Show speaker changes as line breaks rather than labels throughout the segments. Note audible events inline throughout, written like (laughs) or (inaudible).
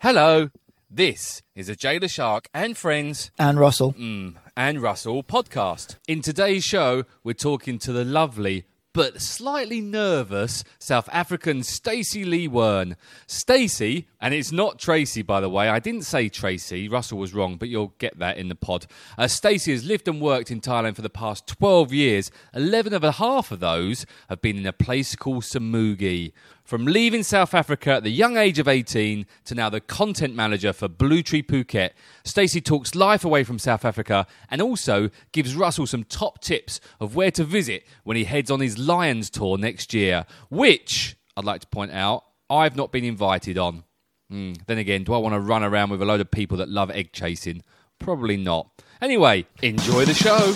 Hello, this is a Jailer Shark and Friends
And Russell.
Mm. and Russell podcast. In today's show, we're talking to the lovely but slightly nervous South African Stacey Lee Wern. Stacey, and it's not Tracy, by the way. I didn't say Tracy. Russell was wrong, but you'll get that in the pod. Uh, Stacey has lived and worked in Thailand for the past 12 years. 11 and a half of those have been in a place called Samugi. From leaving South Africa at the young age of 18 to now the content manager for Blue Tree Phuket, Stacey talks life away from South Africa and also gives Russell some top tips of where to visit when he heads on his Lions tour next year, which I'd like to point out I've not been invited on. Hmm, then again, do I want to run around with a load of people that love egg chasing? Probably not. Anyway, enjoy the show.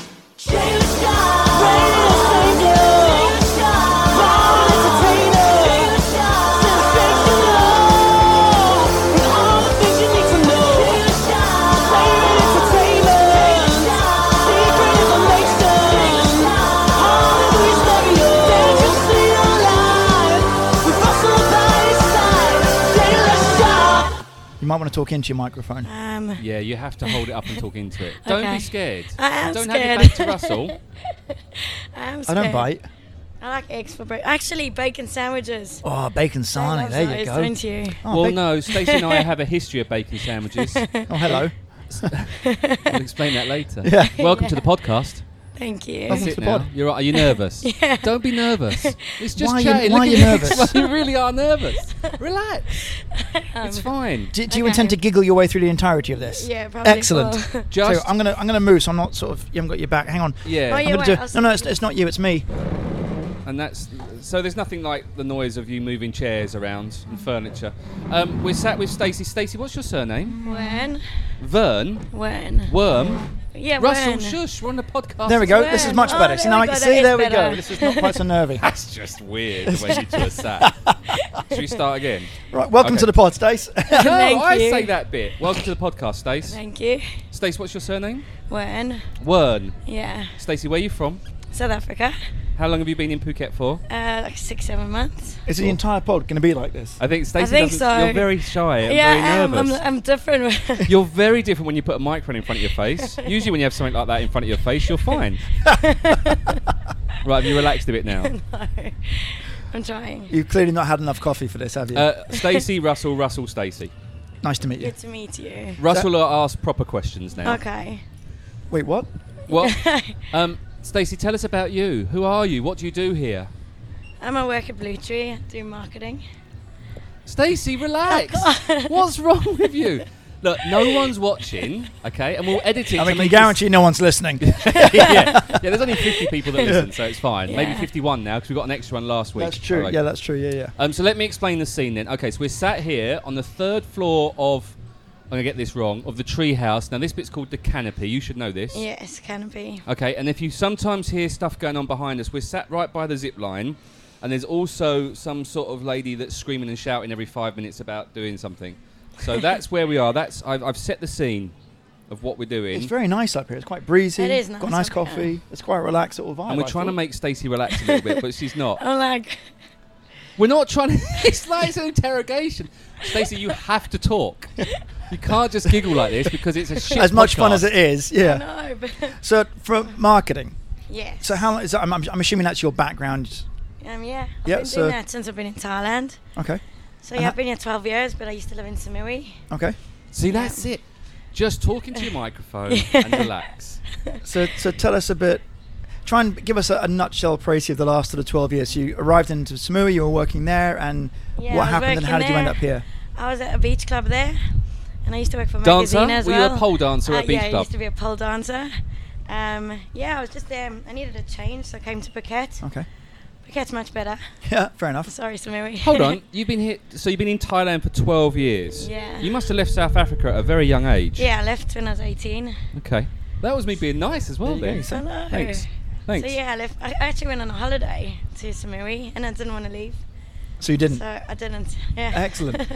You might want to talk into your microphone.
Um,
(laughs) Yeah, you have to hold it up and talk into it. Don't
Okay.
be scared.
I am
Don't
scared.
have it back to
(laughs)
Russell.
I'm
I don't
scared.
bite.
I like eggs for breakfast. Actually, bacon sandwiches.
Oh, bacon
I
sarnie.
love
There you
those,
go.
Don't you?
Oh,
Well,
bac-
no, Stacey
(laughs)
and I have a history of bacon sandwiches.
Oh,
(laughs)
hello.
We'll explain that later.
Yeah.
Welcome
(laughs)
to the podcast.
Thank you.
That's
Sit
the
now.
pod.
You're right. Are you
(laughs)
nervous?
Yeah.
Don't be nervous. It's just
Why are you-
chatting.
why
Look
are
(laughs)
you
at this.
nervous?
you really are
(laughs)
nervous. Relax. it's fine.
Um, Do, do you
Okay.
intend to giggle your way through the entirety of this?
Yeah, probably.
Excellent.
(laughs) will.
So
Just
I'm gonna I'm gonna move. So I'm not sort of you haven't got your back. Hang on.
yeah.
Oh,
I'm gonna
yeah. wait,
do.
I'll
No, no,
sit-
it's, it's not you. It's me.
And that's so. There's nothing like the noise of you moving chairs around and furniture. Um, we're sat with Stacey. Stacey, what's your surname?
When?
Vern.
When?
Worm.
Yeah,
Russell.
when?
Shush. We're on the podcast.
There we go. This is
Glenn.
much
Oh,
better. See
there
now
we
I can
go, that
see.
is
There we
better.
go. This is not quite
(laughs)
so nervy.
That's just weird the way you two are sat. Should we start again?
Right. Welcome
Okay.
to the
(laughs)
pod, Stace.
No,
(laughs) Thank
I
you.
say that bit. Welcome to the podcast, Stace.
Thank you.
Stace, what's your surname?
When?
Wern.
Yeah.
Stacey, where are you from?
South Africa.
How long have you been in Phuket for?
Uh, like six, seven months.
is the entire pod gonna be like
(laughs)
this?
I think Stacey
think
doesn't-
so.
You're very shy. and
yeah, I
very
am. I'm, (laughs)
nervous.
I'm different.
you're very different when you put a microphone in front of your
(laughs)
face. Usually, when you have something like that in front of your face, you're fine. right, have you relaxed a bit
(laughs)
now?
no, I'm trying.
You've clearly not had enough coffee for this, have you?
Uh, Stacey, Russell, Russell, Stacey.
nice to meet you.
Good to meet you.
Russell are asked proper questions now.
Okay.
Wait, what?
(laughs)
Well, um, Stacey, tell us about you. Who are you? What do you do here?
I'm a work at Blue Tree. I do marketing.
Stacey, relax. What's wrong with you? Look, no one's watching, okay, and we'll edit it. to
I mean, can
make
you
this-
guarantee no
(laughs)
one's listening. (laughs)
yeah, yeah. There's only 50 people that listen, so it's fine. Maybe
Yeah.
51 now because we got an extra one last week.
That's true.
Alright.
Yeah, that's true. Yeah, yeah.
Um, so let me explain the scene then. Okay, so we're sat here on the third floor of. I'm gonna get this wrong. Of the tree house. Now this bit's called the canopy. You should know this.
Yes, canopy.
Okay, and if you sometimes hear stuff going on behind us, we're sat right by the zip line, and there's also some sort of lady that's screaming and shouting every five minutes about doing something.
(laughs)
So that's where we are. That's I've, I've set the scene of what we're doing.
It's very nice up here. It's quite breezy.
It is nice
Got nice
up here.
coffee. It's quite a relaxed sort of vibe.
and we're
I
trying to
thought.
make Stacey relax a little bit, but she's
(laughs)
not.
(laughs) I'm like,
We're not trying to. (laughs) It's like it's an interrogation. Stacey, you have to talk. You can't just giggle like this because it's a shit.
as much fun as
podcast.
it is. Yeah.
no, but
So for marketing,
yeah.
so how long is that? I'm, I'm, I'm assuming that's your background.
Um, yeah. I've
Yeah,
been
so- Uh-huh.
doing that since I've been in Thailand.
Okay.
So
And
yeah, I've
ho-
been here 12 years, but I used to live in Samui.
Okay.
See, that's it. Just talking to your
(laughs)
microphone and relax.
So so tell us a bit. Try and give us a, a nutshell précis of the last sort of 12 years. So you arrived into Samui, you were working there, and
Yeah, I
what
was
happened and
working
how did you end
there.
up here?
I was at a beach club there, and I used to work for a
Dancer?
magazine as
Were you a
well.
pole dancer
uh,
at a beach
yeah, I
club?
used to be a pole dancer. Um, yeah, I was just there. I needed a change, so I came to Phuket.
Okay. (laughs)
Phuket's much better. (laughs)
Yeah, fair enough.
Sorry, Samui. (laughs)
Hold on, you've been here. So you've been in Thailand for 12 years.
Yeah.
You must have left South Africa at a very young age.
yeah, I left when I was 18.
Okay. That was me being nice as well.
There you
Then.
go, you see.
I know.
Thanks. Thanks.
So yeah, I left. I actually went on a holiday to Samui, and I didn't want to leave,
So you didn't.
so I didn't. Yeah.
Excellent.
(laughs)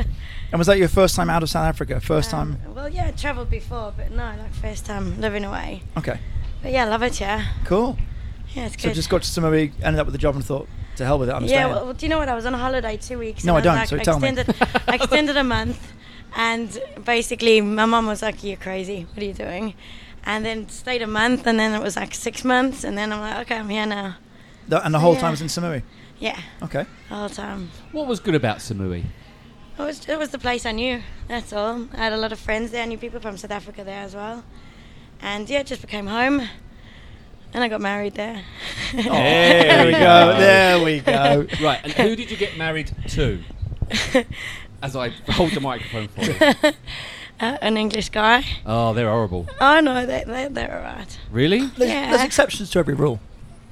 And was that your first time out of South Africa? First time?
Um, Well, yeah, I travelled before, but no, like first time living away.
Okay.
But yeah, I love it. Yeah,
Cool.
yeah, it's
So
good.
just got to Samui, ended up with a job and thought, to hell with it, I'm
yeah,
staying.
well, do you know what? I was on holiday two weeks.
No,
and
I (laughs)
was
don't, so tell me.
extended, I extended a month, And basically, my mum was like, "You're crazy. What are you doing?" And then stayed a month, and then it was like six months, and then I'm like, "Okay, I'm here now."
The, and the whole
Yeah.
time it's in Samui.
Yeah,
Okay.
the whole time.
What was good about Samui?
It was it was the place I knew. That's all. I had a lot of friends there. I knew people from South Africa there as well, and yeah, it just became home. And I got married there. (laughs)
There
Oh, there we
we
go.
go.
There we go.
(laughs) Right, and who did you get married
(laughs)
to? As I hold the microphone for
(laughs)
you.
Uh, an English guy.
Oh, they're horrible.
Oh no, they they they're alright.
Really? Are
There's,
Yeah.
there's exceptions to every rule.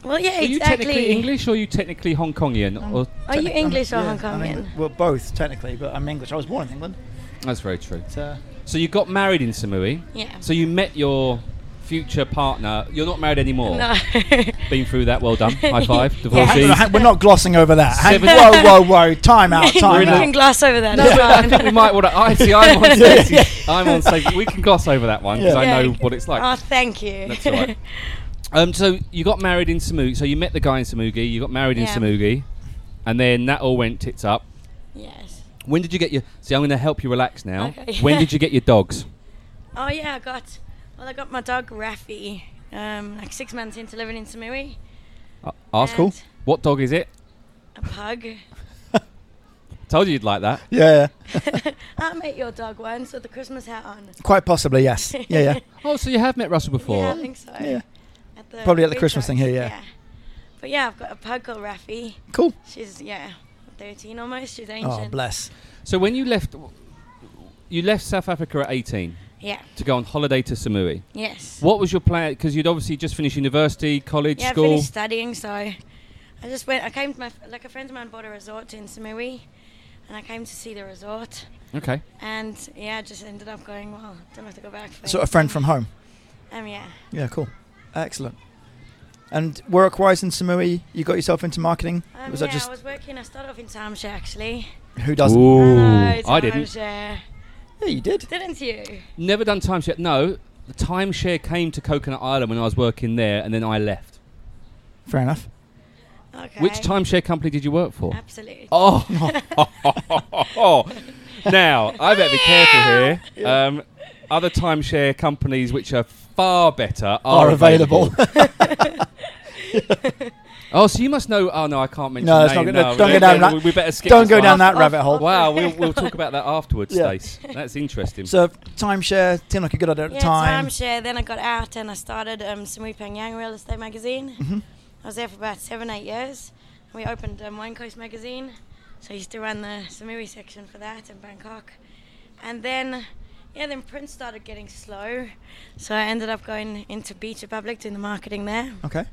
Well, yeah,
you
exactly. Um,
technically English or are you technically Hong Kongian? Or,
Are you English or
Yeah,
Hong
I'm Eng-
Kongian?
well, both technically, but I'm English. I was born in England.
that's very true.
But, uh,
So you got married in Samui.
Yeah.
So you met your future partner. You're not married anymore.
No.
(laughs) Been through that. Well
(laughs)
done. High five. Divorcee.
Hang- We're not glossing over that. Hang-
Seven-
whoa, whoa, whoa! Time
(laughs)
out,
We're
time
in
you
a-
out.
can gloss over that.
No,
it's
but I
fine.
think we might want to. I see. I'm on safe. I'm on safe. We can gloss over that one because
Yeah.
I know
Yeah.
what it's like.
Oh, thank you.
That's all right. Um, so you got married in Samugi. So you met the guy in Samugi. You got married in
Yeah.
Samugi, and then that all went tits up.
(laughs) yes.
When did you get your? See, I'm going to help you relax now.
Okay. (laughs)
When did you get your dogs?
Oh yeah, I got. Well, I got my dog Raffy. Um, like six months into living in Samui,
Uh, ask who?
And-
What dog is it?
a pug. (laughs)
Told you you'd like that.
Yeah, yeah.
I met your dog once with a Christmas hat on.
quite possibly,
(laughs)
yes. Yeah, yeah.
Oh, so you have met Russell before.
Yeah, I think so.
Yeah.
At the
Probably at the
food
Christmas
truck,
thing here, yeah.
But yeah, I've got a pug called Raffy.
Cool.
She's yeah, 13 almost. She's ancient.
Oh, bless.
So when you left, you left South Africa at 18
Yeah.
to go on holiday to Samui.
Yes.
What was your plan? Because you'd obviously just finished university, college,
Yeah, I
school.
finished studying, so I just went. I came to my like a friend of mine bought a resort in Samui, and I came to see the resort,
Okay.
and yeah, I just ended up going. Well, don't have to go back. For
So a friend from home.
Um, yeah.
Yeah, cool. Excellent. And work-wise in Samui, you got yourself into marketing.
Um,
was
yeah,
that just
I was working. I started off in timeshare actually.
who doesn't?
Ooh,
Hello,
I didn't.
timeshare.
Yeah, you did.
Didn't you?
Never done timeshare. No, the timeshare came to Coconut Island when I was working there, and then I left.
Fair enough.
Okay.
Which timeshare company did you work for?
Absolutely.
(laughs) Oh, (laughs) now I better be careful here. Um, other timeshare companies which are far better are,
Are available.
oh, so you must know. Oh no, I can't mention.
No, it's not
name,
gonna-
no,
don't
we-
go down
we-
that-
We better skip.
Don't
this
go
one.
down that
Off-
rabbit
off-
hole.
Wow, we'll, we'll talk about that afterwards,
(laughs) Yeah.
Stace. That's interesting.
(laughs) So timeshare didn't look a good idea at the
(laughs) yeah,
time.
timeshare. Then I got out and I started um, Samui Pangyang Real Estate Magazine. I was there for about seven, eight years. We opened um, Wine Coast Magazine, so I used to run the Samui section for that in Bangkok. And then, yeah, then print started getting slow, so I ended up going into Beach Republic doing the marketing there.
Okay.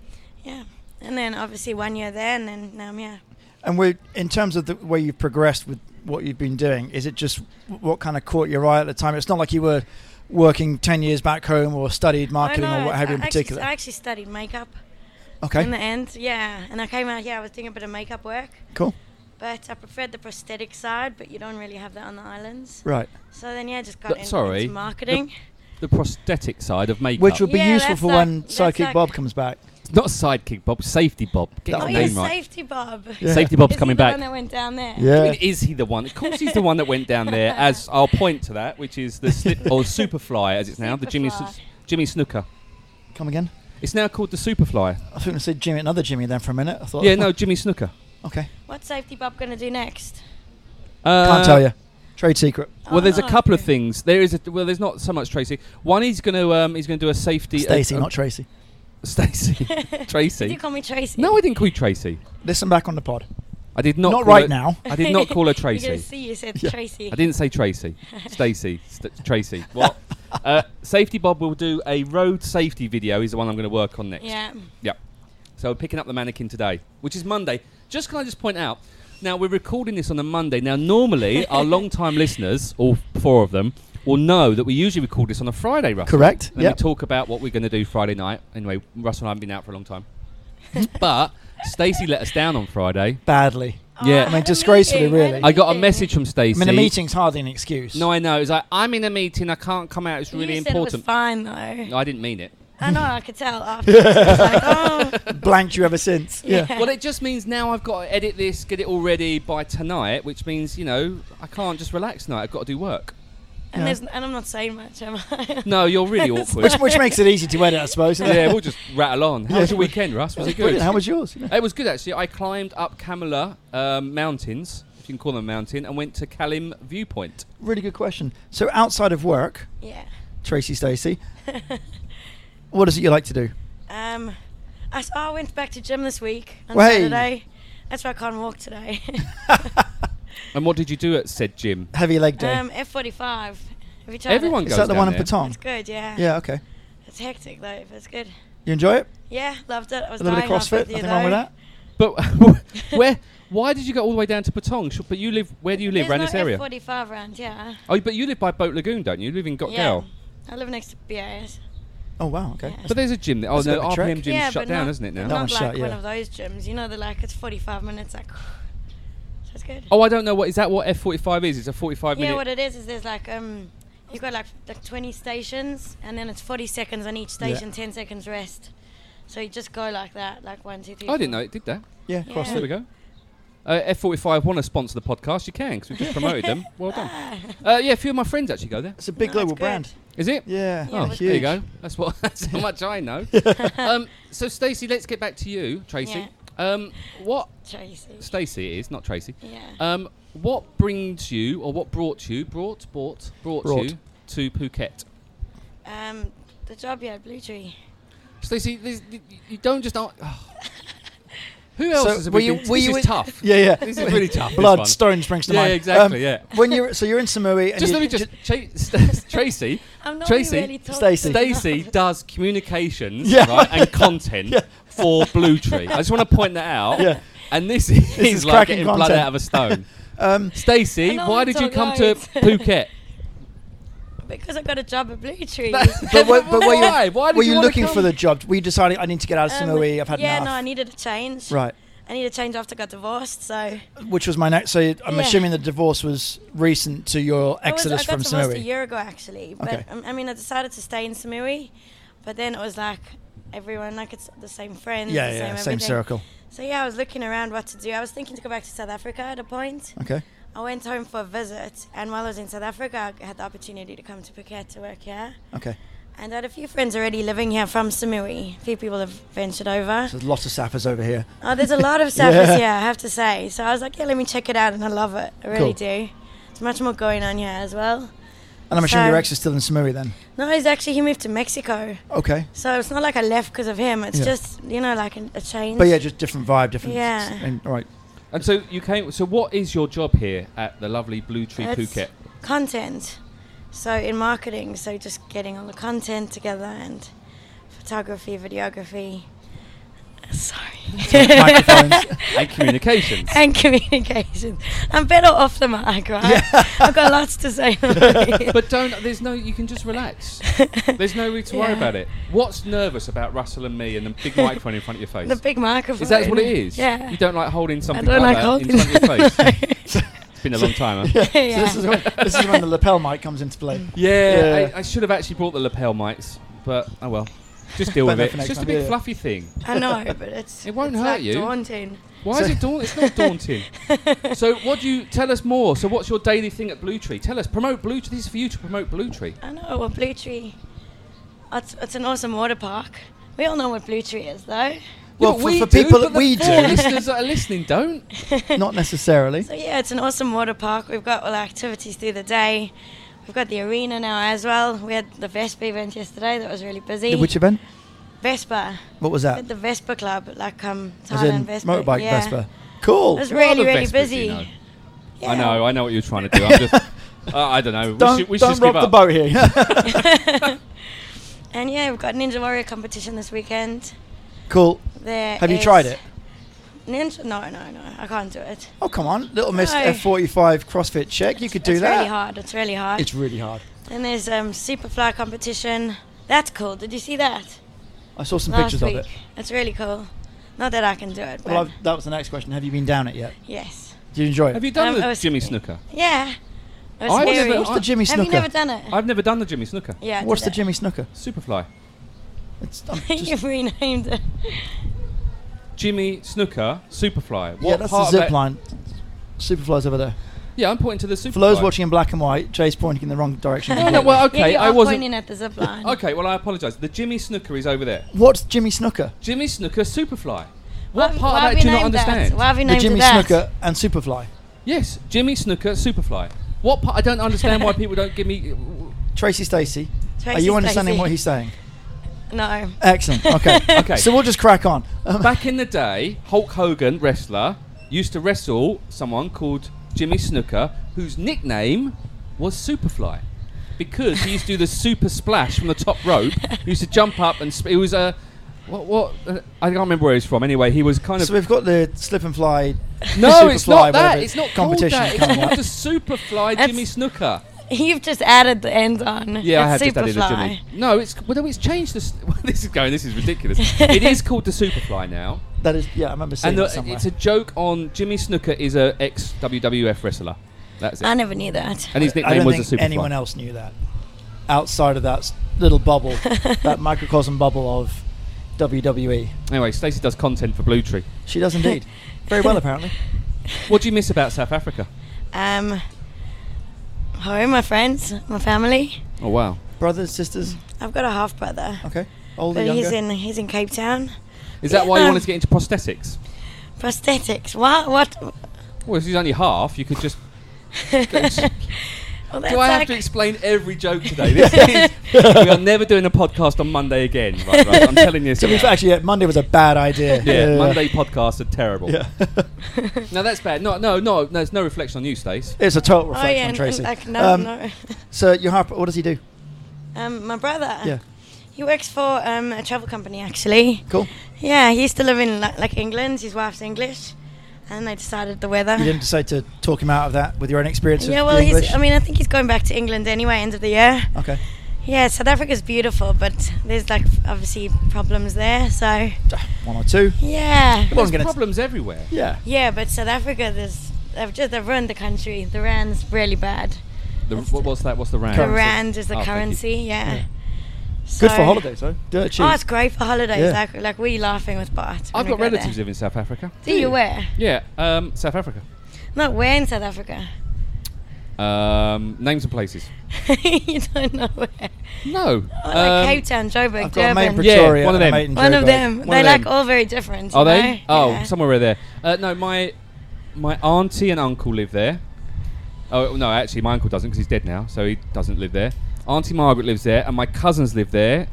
Yeah, and then obviously one year there, and then um, now I'm here.
And we, in terms of the way you've progressed with what you've been doing, is it just what kind of caught your eye at the time? It's not like you were working ten years back home or studied marketing
Oh, no,
or what have you
I
in
actually-
particular.
I actually studied makeup in the
okay,
end. Yeah, and I came out here. I was doing a bit of makeup work.
cool.
But I preferred the prosthetic side, but you don't really have that on the islands.
Right,
So then, yeah, I just got
But
in-
sorry,
into marketing.
the prosthetic side of makeup.
which will be
Yeah,
useful
that's
for
like-
when
that's
Sidekick
like-
Bob comes back.
It's not sidekick Bob, safety Bob. Get
That
his
oh,
one.
yeah,
name right.
safety Bob.
(laughs)
Yeah.
Safety Bob's
Is he
coming
the
back.
one that went down there?
I
Yeah.
mean, is he the one? Of course, he's the one that went down there.
(laughs)
As I'll point to that, which is the slip or Superfly, as it's now the Jimmy
Superfly.
S- Jimmy Snooker.
Come again?
It's now called the Superfly.
I was going to say Jimmy, another Jimmy, then for a minute. I thought. oh,
Yeah, no, Jimmy Snooker.
Okay,
What's safety Bob going to do next?
Uh,
can't tell you. Trade secret.
Well, there's a
Oh,
couple of
okay.
things. There is a well, there's not so much Tracy. One, he's gonna um, he's gonna do a safety.
Stacey,
uh, uh,
not Tracy.
(laughs)
(laughs)
Stacey.
Did you
Tracy.
call me Tracy?
No, I didn't call you Tracy.
Listen back on the pod.
I did not.
Not
call
right
her-
now.
I did not
(laughs)
call her Tracy.
You see, you said
Yeah.
Tracy.
I didn't say Tracy. Stacey. St- Tracy. What? uh, safety Bob will do a road safety video. Is the one I'm going to work on next.
Yeah. Oh,
Yep. So picking up the mannequin today, which is Monday. Just can I just point out? Now we're recording this on a Monday. Now normally our long-time listeners, all four of them, will know that we usually record this on a Friday. Russell.
Correct.
And
Yep.
we talk about what we're going to do Friday night. Anyway, Russell and I have been out for a long time, but Stacey let us down on Friday.
Badly.
Oh,
Yeah. I
had
mean,
a
disgracefully,
meeting,
really.
had
I got a
meeting.
message from
I
Stacey.
mean, a meeting's hardly an excuse.
No, I know. It was like I'm in a meeting. I can't come out. It's
You
really
said It was
important.
fine though.
No, I didn't mean it.
I know. I could tell.
(laughs)
After like, oh,
blanked you ever since. Yeah.
Yeah.
Well, it just means now I've got to edit this, get it all ready by tonight, which means you know I can't just relax tonight. I've got to do work.
And
Yeah.
there's and I'm not saying much, am I?
No, you're
(laughs)
really awkward.
which, which makes it easy to edit, I suppose. isn't it?
yeah, we'll just rattle on. How
Yeah.
was your weekend, Russ? Was it good?
Brilliant. How was yours? You
(laughs)
know?
It was good actually. I climbed up Kamala um, Mountains, if you can call them a mountain, and went to Kalim Viewpoint.
Really good question. So outside of work,
yeah. (laughs)
Tracy Stacey, what is it you like to do?
Um, I, s- I went back to gym this week on
Well, hey.
Saturday. That's why I can't
(laughs)
walk today.
And what did you do at said gym?
Heavy leg day.
um, F45. Have you tried
Everyone
it?
is
goes
that the
down
one in
there.
Patong?
It's good, yeah.
Yeah, okay.
It's hectic though, but it's good.
You enjoy it?
Yeah, loved it. I was
A little bit
dying
of
after
CrossFit?
the
Nothing
though.
wrong with that?
(laughs) But (laughs) where? Why did you go all the way down to Patong? Sh- But you live. Where do you live?
There's
Around
no
this area?
F45 round, yeah.
Oh, but you live by Boat Lagoon, don't you? You live in Gotgal.
yeah. I live next to BAS.
Oh, wow, okay.
Yeah.
But there's a gym. That, oh
That's a
no,
bit of
RPM
a trek.
gym's
yeah,
shut
but
down,
not,
isn't it
but
now?
No,
Not
it's
like
shut,
one
yeah.
of those gyms. You know, they're like, it's 45 minutes. Like, (sighs) so it's good.
Oh, I don't know what is that. What F45 is? It's a 45
yeah,
minute.
what it is is there's like, um, you've got like, like 20 stations, and then it's 40 seconds on each
Yeah.
station, 10 seconds rest. So you just go like that, like one, two, three.
I didn't know
four.
it did that.
Yeah,
Yeah.
There
CrossFit.
we go. Uh, F45 want to sponsor the podcast? You can because we just promoted
(laughs)
them. Well done. Uh, yeah, a few of my friends actually go there.
It's a (laughs) big
No,
global
it's good.
brand.
Is it?
Yeah,
Yeah,
oh,
it was
there you
huge.
go. That's what. (laughs) That's how much I
(laughs)
know. um, so, Stacey, let's get back to you, Tracy. Um, what
Tracy.
Stacey it is not Tracy?
Yeah.
Um, what brings you, or what brought you, brought, bought, brought,
Brought.
you to Phuket?
Um, the job you had, Blue Tree.
Stacey, this, you don't just. Aren't, Who else
So
is a
were
big
you-
deal?
were
this
you
is
in-
tough.
(laughs) Yeah, yeah.
This is really tough. this
Blood,
one.
Stone springs to
Yeah,
mind. Um,
exactly, yeah.
When you're so you're in Samui, (laughs) and
Just
you,
let me just. Cha- Sta-
(laughs)
Tracy,
I'm not
Tracy,
really talking
Stacey.
Stacey
(laughs)
does communications
(laughs) Yeah.
right, and content for Blue Tree. I just want to point that out.
Yeah.
And
(laughs)
this is,
is
like
cracking
getting blood
content.
out of a
(laughs)
stone.
um,
Stacey,
And
why
I'm
did you
so
come to
late.
Phuket?
Because I got a job at Blue
(laughs)
Tree.
but, what,
(laughs)
but were you,
Why? Why did
were
you
you,
wanna
looking for
come?
the job? Were you deciding I need to get out of
Um,
Samui? I've had
yeah,
enough.
no, I needed a change.
right.
I needed a change after I got divorced, so I
Which was my next. So I'm
Yeah. Oh, uh,
assuming the divorce was recent to your
was-
exodus
I got
from
divorced a
Samui.
year ago actually. But
Okay.
um, I mean, I decided to stay in Samui, but then it was like everyone, like it's the same friends,
Yeah,
the
yeah,
same,
same
everything.
circle.
So yeah, I was looking around what to do. I was thinking to go back to South Africa at a point.
Okay.
I went home for a visit, and while I was in South Africa, I had the opportunity to come to Phuket to work here.
Okay.
And I had a few friends already living here from Samui. A few people have ventured over.
So there's lots of sappers over here.
Oh, there's a
(laughs)
lot of stuff
Yeah.
here, I have to say. So I was like, yeah, let me check it out, and I love it. I really
Cool.
do. There's much more going on here as well.
And I'm assuming
So-
your ex is still in Samui then.
No, he's actually, he moved to Mexico.
Okay.
So it's not like I left because of him. It's
Yeah.
just, you know, like a, a change.
But yeah, just different vibe, different.
Yeah.
And,
(laughs)
all right. (laughs)
And so you came. So what is your job here at the lovely Blue Tree
It's
Phuket?
Content. So in marketing, so just getting all the content together and photography, videography. Sorry. (laughs)
Microphones.
And communications.
and communications. I'm better off the mic, right? I've got lots to say. but
but don't. There's no. You can just relax.
(laughs)
There's no need to worry
Yeah.
about it. What's nervous about Russell and me and the big microphone in front of your face?
the big microphone.
is that what it is?
Yeah.
You don't like holding something
don't
like, that
like holding
in front of your face.
it.
It's been a long time. Huh?
So this is when, this is when the lapel mic comes into play.
Mm.
Yeah,
(laughs) Yeah.
I, I should have actually brought the lapel mics, but oh well. Just deal with
But no,
it.
for
It's
next
just a
time,
big
yeah.
fluffy thing.
(laughs) I know, but it's
It won't
it's
hurt
like
you.
Daunting.
(laughs) Why is it daunting? It's not daunting. so, what do you tell us more? So, what's your daily thing at Blue Tree? Tell us. Promote Blue Tree. This is for you to promote Blue Tree.
I know what Blue Tree. It's, it's an awesome water park. We all know what Blue Tree is, though.
Well,
Yeah, but
for- for people
but
that we
the
do.
poor listeners that are listening don't.
Not necessarily.
(laughs) So yeah, it's an awesome water park. We've got all the activities through the day. We've got the arena now as well. We had the Vespa event yesterday. That was really busy.
Which event?
Vespa.
What was
At
that?
the Vespa Club, like um,
As
Thailand
in
Vespa.
motorbike
yeah.
Vespa.
It
Cool.
(laughs)
was
There are
really,
other
really
Vespas,
busy.
you know.
Yeah.
I know. I know what you're trying to do.
(laughs)
I'm just. Uh, I don't know.
Don't,
we should, we should
don't
just
rock
give
the
up.
boat here.
(laughs)
(laughs) And yeah, we've got Ninja Warrior competition this weekend.
cool.
There
Have you
is
tried it?
Ninja? No, no, no. I can't do it.
Oh come on, little Miss
No.
F45 CrossFit check. You could do
it's
that.
really hard. It's really hard.
It's really hard.
and there's um, Superfly competition. That's cool. Did you see that
I saw some
last
pictures
week?
of it.
It's really cool. Not that I can do it, but
Well, I've, that was the next question. Have you been down it yet?
yes,
Do you enjoy it?
Have you done
Um, I
the
was-
Jimmy Snooker?
yeah. It was
I was
scary.
never-
What's the Jimmy
Have you
Snooker?
never done it?
I've never done the Jimmy Snooker.
yeah. I
What's the
(laughs) did
Jimmy Snooker?
Superfly.
It's,
(laughs)
I'm
it.
just,
You've renamed it.
Jimmy Snooker Superfly. What
yeah, that's the
part of
zip
that-
line. Superfly's over there.
Yeah, I'm pointing to the super.
For those watching in black and white, Jay's pointing in the wrong
(laughs)
direction.
No, no, well, okay,
yeah,
I
you are
wasn't.
pointing at the zip line.
Okay, well, I apologise. The Jimmy Snooker is over there.
(laughs) What's Jimmy Snooker?
Jimmy Snooker Superfly.
Why
What
have-
part
why
of
have
that
you
do you not
named that?
understand?
Why have you
The
named
Jimmy
it that?
Snooker and Superfly.
Yes, Jimmy Snooker Superfly. What part? I don't understand
(laughs)
why people don't give me.
Tracy Stacy. Are
Tracy
you understanding
Stacy.
what he's saying?
No.
Excellent. Okay.
(laughs) Okay.
So we'll just crack on. Um,
Back in the day, Hulk Hogan, wrestler, used to wrestle someone called Jimmy Snooker, whose nickname was Superfly. Because he used to do the super splash from the top rope. He used to jump up and. Sp- it was a. What? what uh, I can't remember where he was from. Anyway, he was kind of.
so we've got the slip and fly.
no, it's not
Superfly,
that.
whatever
It's not
competition
Called that.
you come
It's
up.
called the Superfly
That's-
Jimmy Snooker.
You've just added the end on.
Yeah, I have
It's
just added a
Superfly.
Jimmy. No, it's well, no, it's changed. The, s- (laughs) this is going. This is ridiculous.
(laughs)
it is called the Superfly now,
That is, yeah, I remember seeing
and the,
that somewhere.
it's a joke on Jimmy Snooker is a ex WWF wrestler. That's it.
I never knew that.
and his
I
nickname
don't
was
think
the Superfly.
anyone else knew that outside of that s- little
(laughs)
bubble, that microcosm bubble of WWE.
Anyway, Stacey does content for Blue Tree.
She does indeed. Very well,
(laughs)
apparently.
What do you miss about South Africa?
Um, home, my friends, my family.
Oh wow,
Brothers, sisters.
I've got a half brother,
Okay. Older,
but he's
younger.
in he's in Cape Town.
is that why you
Yeah.
wanted to get into prosthetics?
Prosthetics. What? What? (laughs)
Well, if he's only half, you could just.
Well, that's
Do I have
like-
to explain every joke today? This is, we are never doing a podcast on Monday again. Right, right, I'm telling you.
To be
now.
fair, actually, yeah, Monday was a bad
(laughs)
idea.
Yeah, Monday podcasts are terrible.
(laughs) Yeah.
No, that's bad. No, no, no. There's no reflection on you, Stace.
it's a total
Oh
reflection
yeah,
on
and-
Tracy.
and, like, no,
Um,
no. (laughs)
So, your harp, what does he do?
Um, my brother.
Yeah.
He works for um, a travel company actually.
Cool.
Yeah, he used to live in li- like England. His wife's English, and they decided the weather.
You didn't decide to talk him out of that with your own experience
yeah,
of
well,
the English?
he's. I mean, I think he's going back to England anyway, end of the year.
okay.
Yeah, South Africa's beautiful, but there's like obviously problems there. So
Ah, One or two.
yeah,
Well, I'm
There's
gonna-
problems everywhere.
Yeah.
yeah, but South Africa, there's they've just they've ruined the country. The rand's really bad.
The, what, what's that? What's the rand?
The rand is the
Oh, thank you.
currency. Yeah.
Yeah.
So,
Good for holidays, though. Dirt cheap.
Oh, it's great for holidays.
Yeah.
Like like we laughing with Bart.
I've
when we
got
go there.
relatives live in South Africa.
Do you where?
Yeah, um, South Africa.
Not where in South Africa. (laughs)
Um, names of places.
you don't know where.
No.
Oh,
um,
like Cape Town, Joburg,
I've got a
Durban.
mate in
Yeah,
Pretoria.
one of
and a
them.
mate in
One of
Joburg.
them.
One
They're
of
like
them.
all very different.
Are
you
they?
know?
Oh,
Yeah.
somewhere around there. Uh, no, my my auntie and uncle live there. Oh no, actually, my uncle doesn't because he's dead now, so he doesn't live there. Auntie Margaret lives there, and my cousins live there.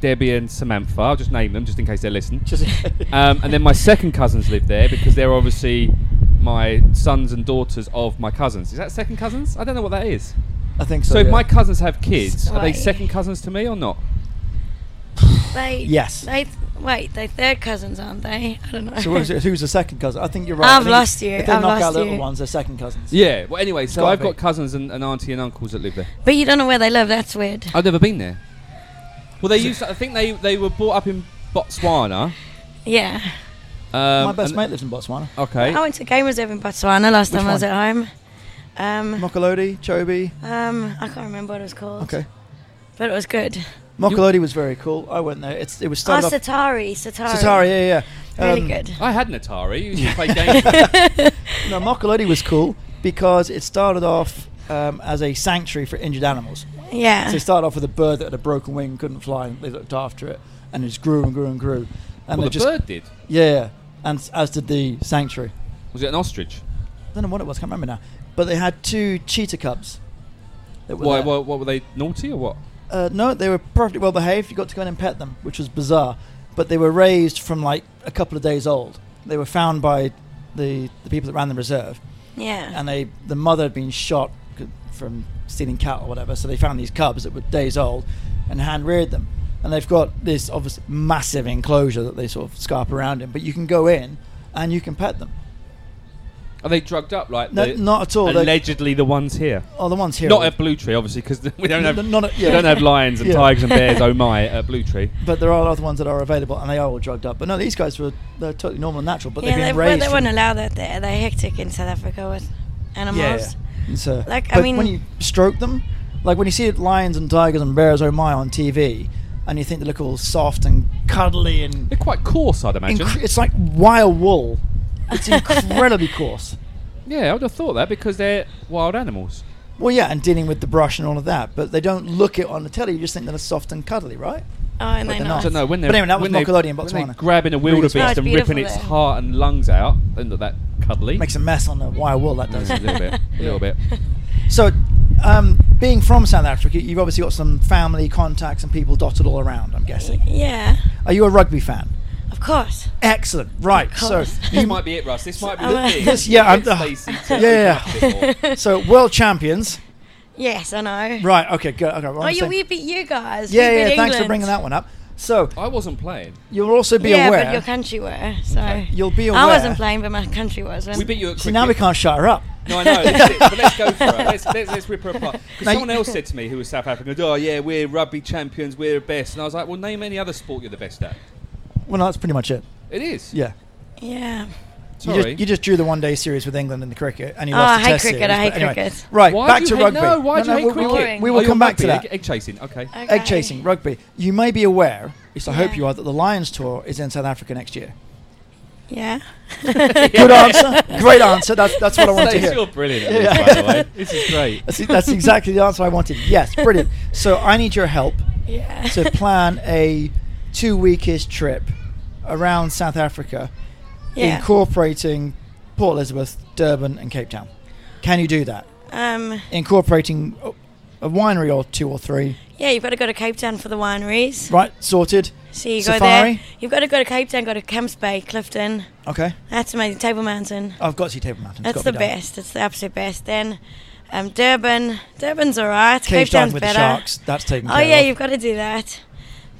Debbie and Samantha. I'll just name them just in case they listen.
(laughs)
Um, and then my second cousins live there because they're obviously my sons and daughters of my cousins. Is that second cousins? I don't know what that is.
I think so.
So, if
yeah.
my cousins have kids, are they
Right.
second cousins to me or not?
They,
Yes.
They wait. They third cousins, aren't they? I don't know.
So who's, who's the second cousin? I think you're right.
I've
I think
lost you.
If they
I've
knock out
lost
little
you.
ones, they're second cousins.
Yeah. Well, anyway, so
gotta
I've got
be.
cousins and, and auntie and uncles that live there.
but you don't know where they live. That's weird.
I've never been there. Well, they used. I think they they were brought up in (laughs) Botswana.
Yeah.
Um,
my best
and-
mate lives in Botswana.
Okay.
I went to a game reserve in Botswana last
Which
time I was
one?
at home. Um,
Mokolodi, Chobi.
um, I can't remember what it was called.
Okay.
But it was good.
Mokolodi was very cool. I went there. It's, it was
Oh,
started off.
Satari, Satari.
Satari, yeah, yeah.
Really
Um,
good.
I had an Atari. You used to play (laughs) games. with it.
No, Mokolodi was cool because it started off um, as a sanctuary for injured animals.
Yeah.
So they started off with a bird that had a broken wing, couldn't fly, and they looked after it, and it just grew and grew and grew.
well,
And they
the
just
bird did.
yeah, yeah, and s- as did the sanctuary.
Was it an ostrich?
I don't know what it was. I can't remember now. But they had two cheetah cubs. that were
Why?
there.
What, what were they naughty or what?
Uh, no, they were perfectly well behaved. You got to go in and pet them, which was bizarre. But they were raised from like a couple of days old. They were found by the, the people that ran the reserve,
yeah.
and they the mother had been shot c- from stealing cattle or whatever. So they found these cubs that were days old, and hand reared them. And they've got this obviously massive enclosure that they sort of scarp around in. But you can go in and you can pet them.
Are they drugged up? Like
No,
the-
not at all. They-
Allegedly, the ones here.
Oh, the ones here.
Not at Blue Tree, obviously, because (laughs) we don't
No,
have
no, not at-
we
yeah.
don't have lions and
Yeah.
tigers and (laughs) bears. Oh my! At Blue Tree.
But there are other ones that are available, and they are all drugged up. But no, these guys were they're totally normal and natural. But
yeah,
they've
they,
been
well,
raised.
they
from-
won't allow that there. They're hectic in South Africa with animals.
And so,
Like, I
but
mean-
when you stroke them, like when you see lions and tigers and bears, oh my, on TV, and you think they look all soft and cuddly and
They're quite coarse, I'd imagine.
(laughs)
inc- it's like wire wool. It's incredibly coarse.
Yeah, I would have thought that because they're wild animals.
Well, yeah, and dealing with the brush and all of that, but they don't look it on the telly. You just think they're soft and cuddly, right?
Oh, and they
they're
not.
not.
So no, when they're
But anyway, that was
when they-
Nickelodeon
when
Botswana.
they're grabbing a
Oh,
wildebeest
it's
and ripping its
beautiful there.
heart and lungs out, and that cuddly
Makes a mess on the wire wall. That
a
does.
little bit, a little bit.
so, um, being from South Africa, you've obviously got some family contacts and people dotted all around. I'm guessing.
Yeah,
Are you a rugby fan?
of course.
Excellent. Right. So,
course.
This might be it, Russ. This might be
Oh,
the
right.
thing.
Yes, yeah,
Get
I'm- (laughs)
Stacey to
yeah, yeah,
look after it more.
so world champions.
Yes, I know.
Right. Okay. Good. Okay. well,
Oh,
I'm
you,
saying-
we beat you guys.
yeah,
we
yeah.
beat
Thanks for
England.
bringing that one up. So
I wasn't playing.
you'll also be
yeah,
aware.
but your country were. So
You'll be
I
aware-
wasn't playing, but my country was.
We beat you at cricket.
See, now we can't shut her up.
No, I know. This is it. But let's go
(laughs)
for it. Let's, let's, let's rip her apart. Because someone else said to me, who was South African, "Oh yeah, we're rugby champions. We're best." And I was like, "Well, name any other sport you're the best at."
Well, no, that's pretty much it.
It is.
Yeah.
Yeah.
You
Sorry.
just, you just drew the one day series with England in the cricket, and you
Oh,
lost
I
the
hate
test
cricket,
series,
I hate
but anyway.
cricket.
Right,
Why
back
do
to
you hate-
rugby.
No, why do you hate
we- we, will-
cricket?
We
Oh,
will
you're
come back to
rugby,
that.
Egg, egg chasing. Okay.
Okay.
Egg chasing, rugby. You may be aware, at least I hope
Yeah.
you are, that the Lions tour is in South Africa next year.
Yeah.
(laughs)
(laughs)
Good answer. Great answer. That's, that's what I wanted to
Stacey,
hear.
you're brilliant. At this, by the (laughs) way. This is great.
That's, that's exactly the answer I wanted. Yes, brilliant. So I need your help
Yeah.
to plan a two weekish trip around South Africa,
yeah.
incorporating Port Elizabeth, Durban, and Cape Town. Can you do that?
Um.
incorporating a- a winery or two or three.
Yeah, you've got to go to Cape Town for the wineries.
Right, sorted.
So you go
Safari?
there. You've got to go to Cape Town. Go to Camps Bay, Clifton.
Okay,
That's amazing. Table Mountain.
I've got to see Table Mountain. Oh, It's
That's
gotta
the
be done.
best. It's the absolute best. Then, um, Durban. Durban's alright.
Cage
Cape Town's
diving with
better.
the sharks. That's taken
Oh
care
yeah,
of.
you've got to do that.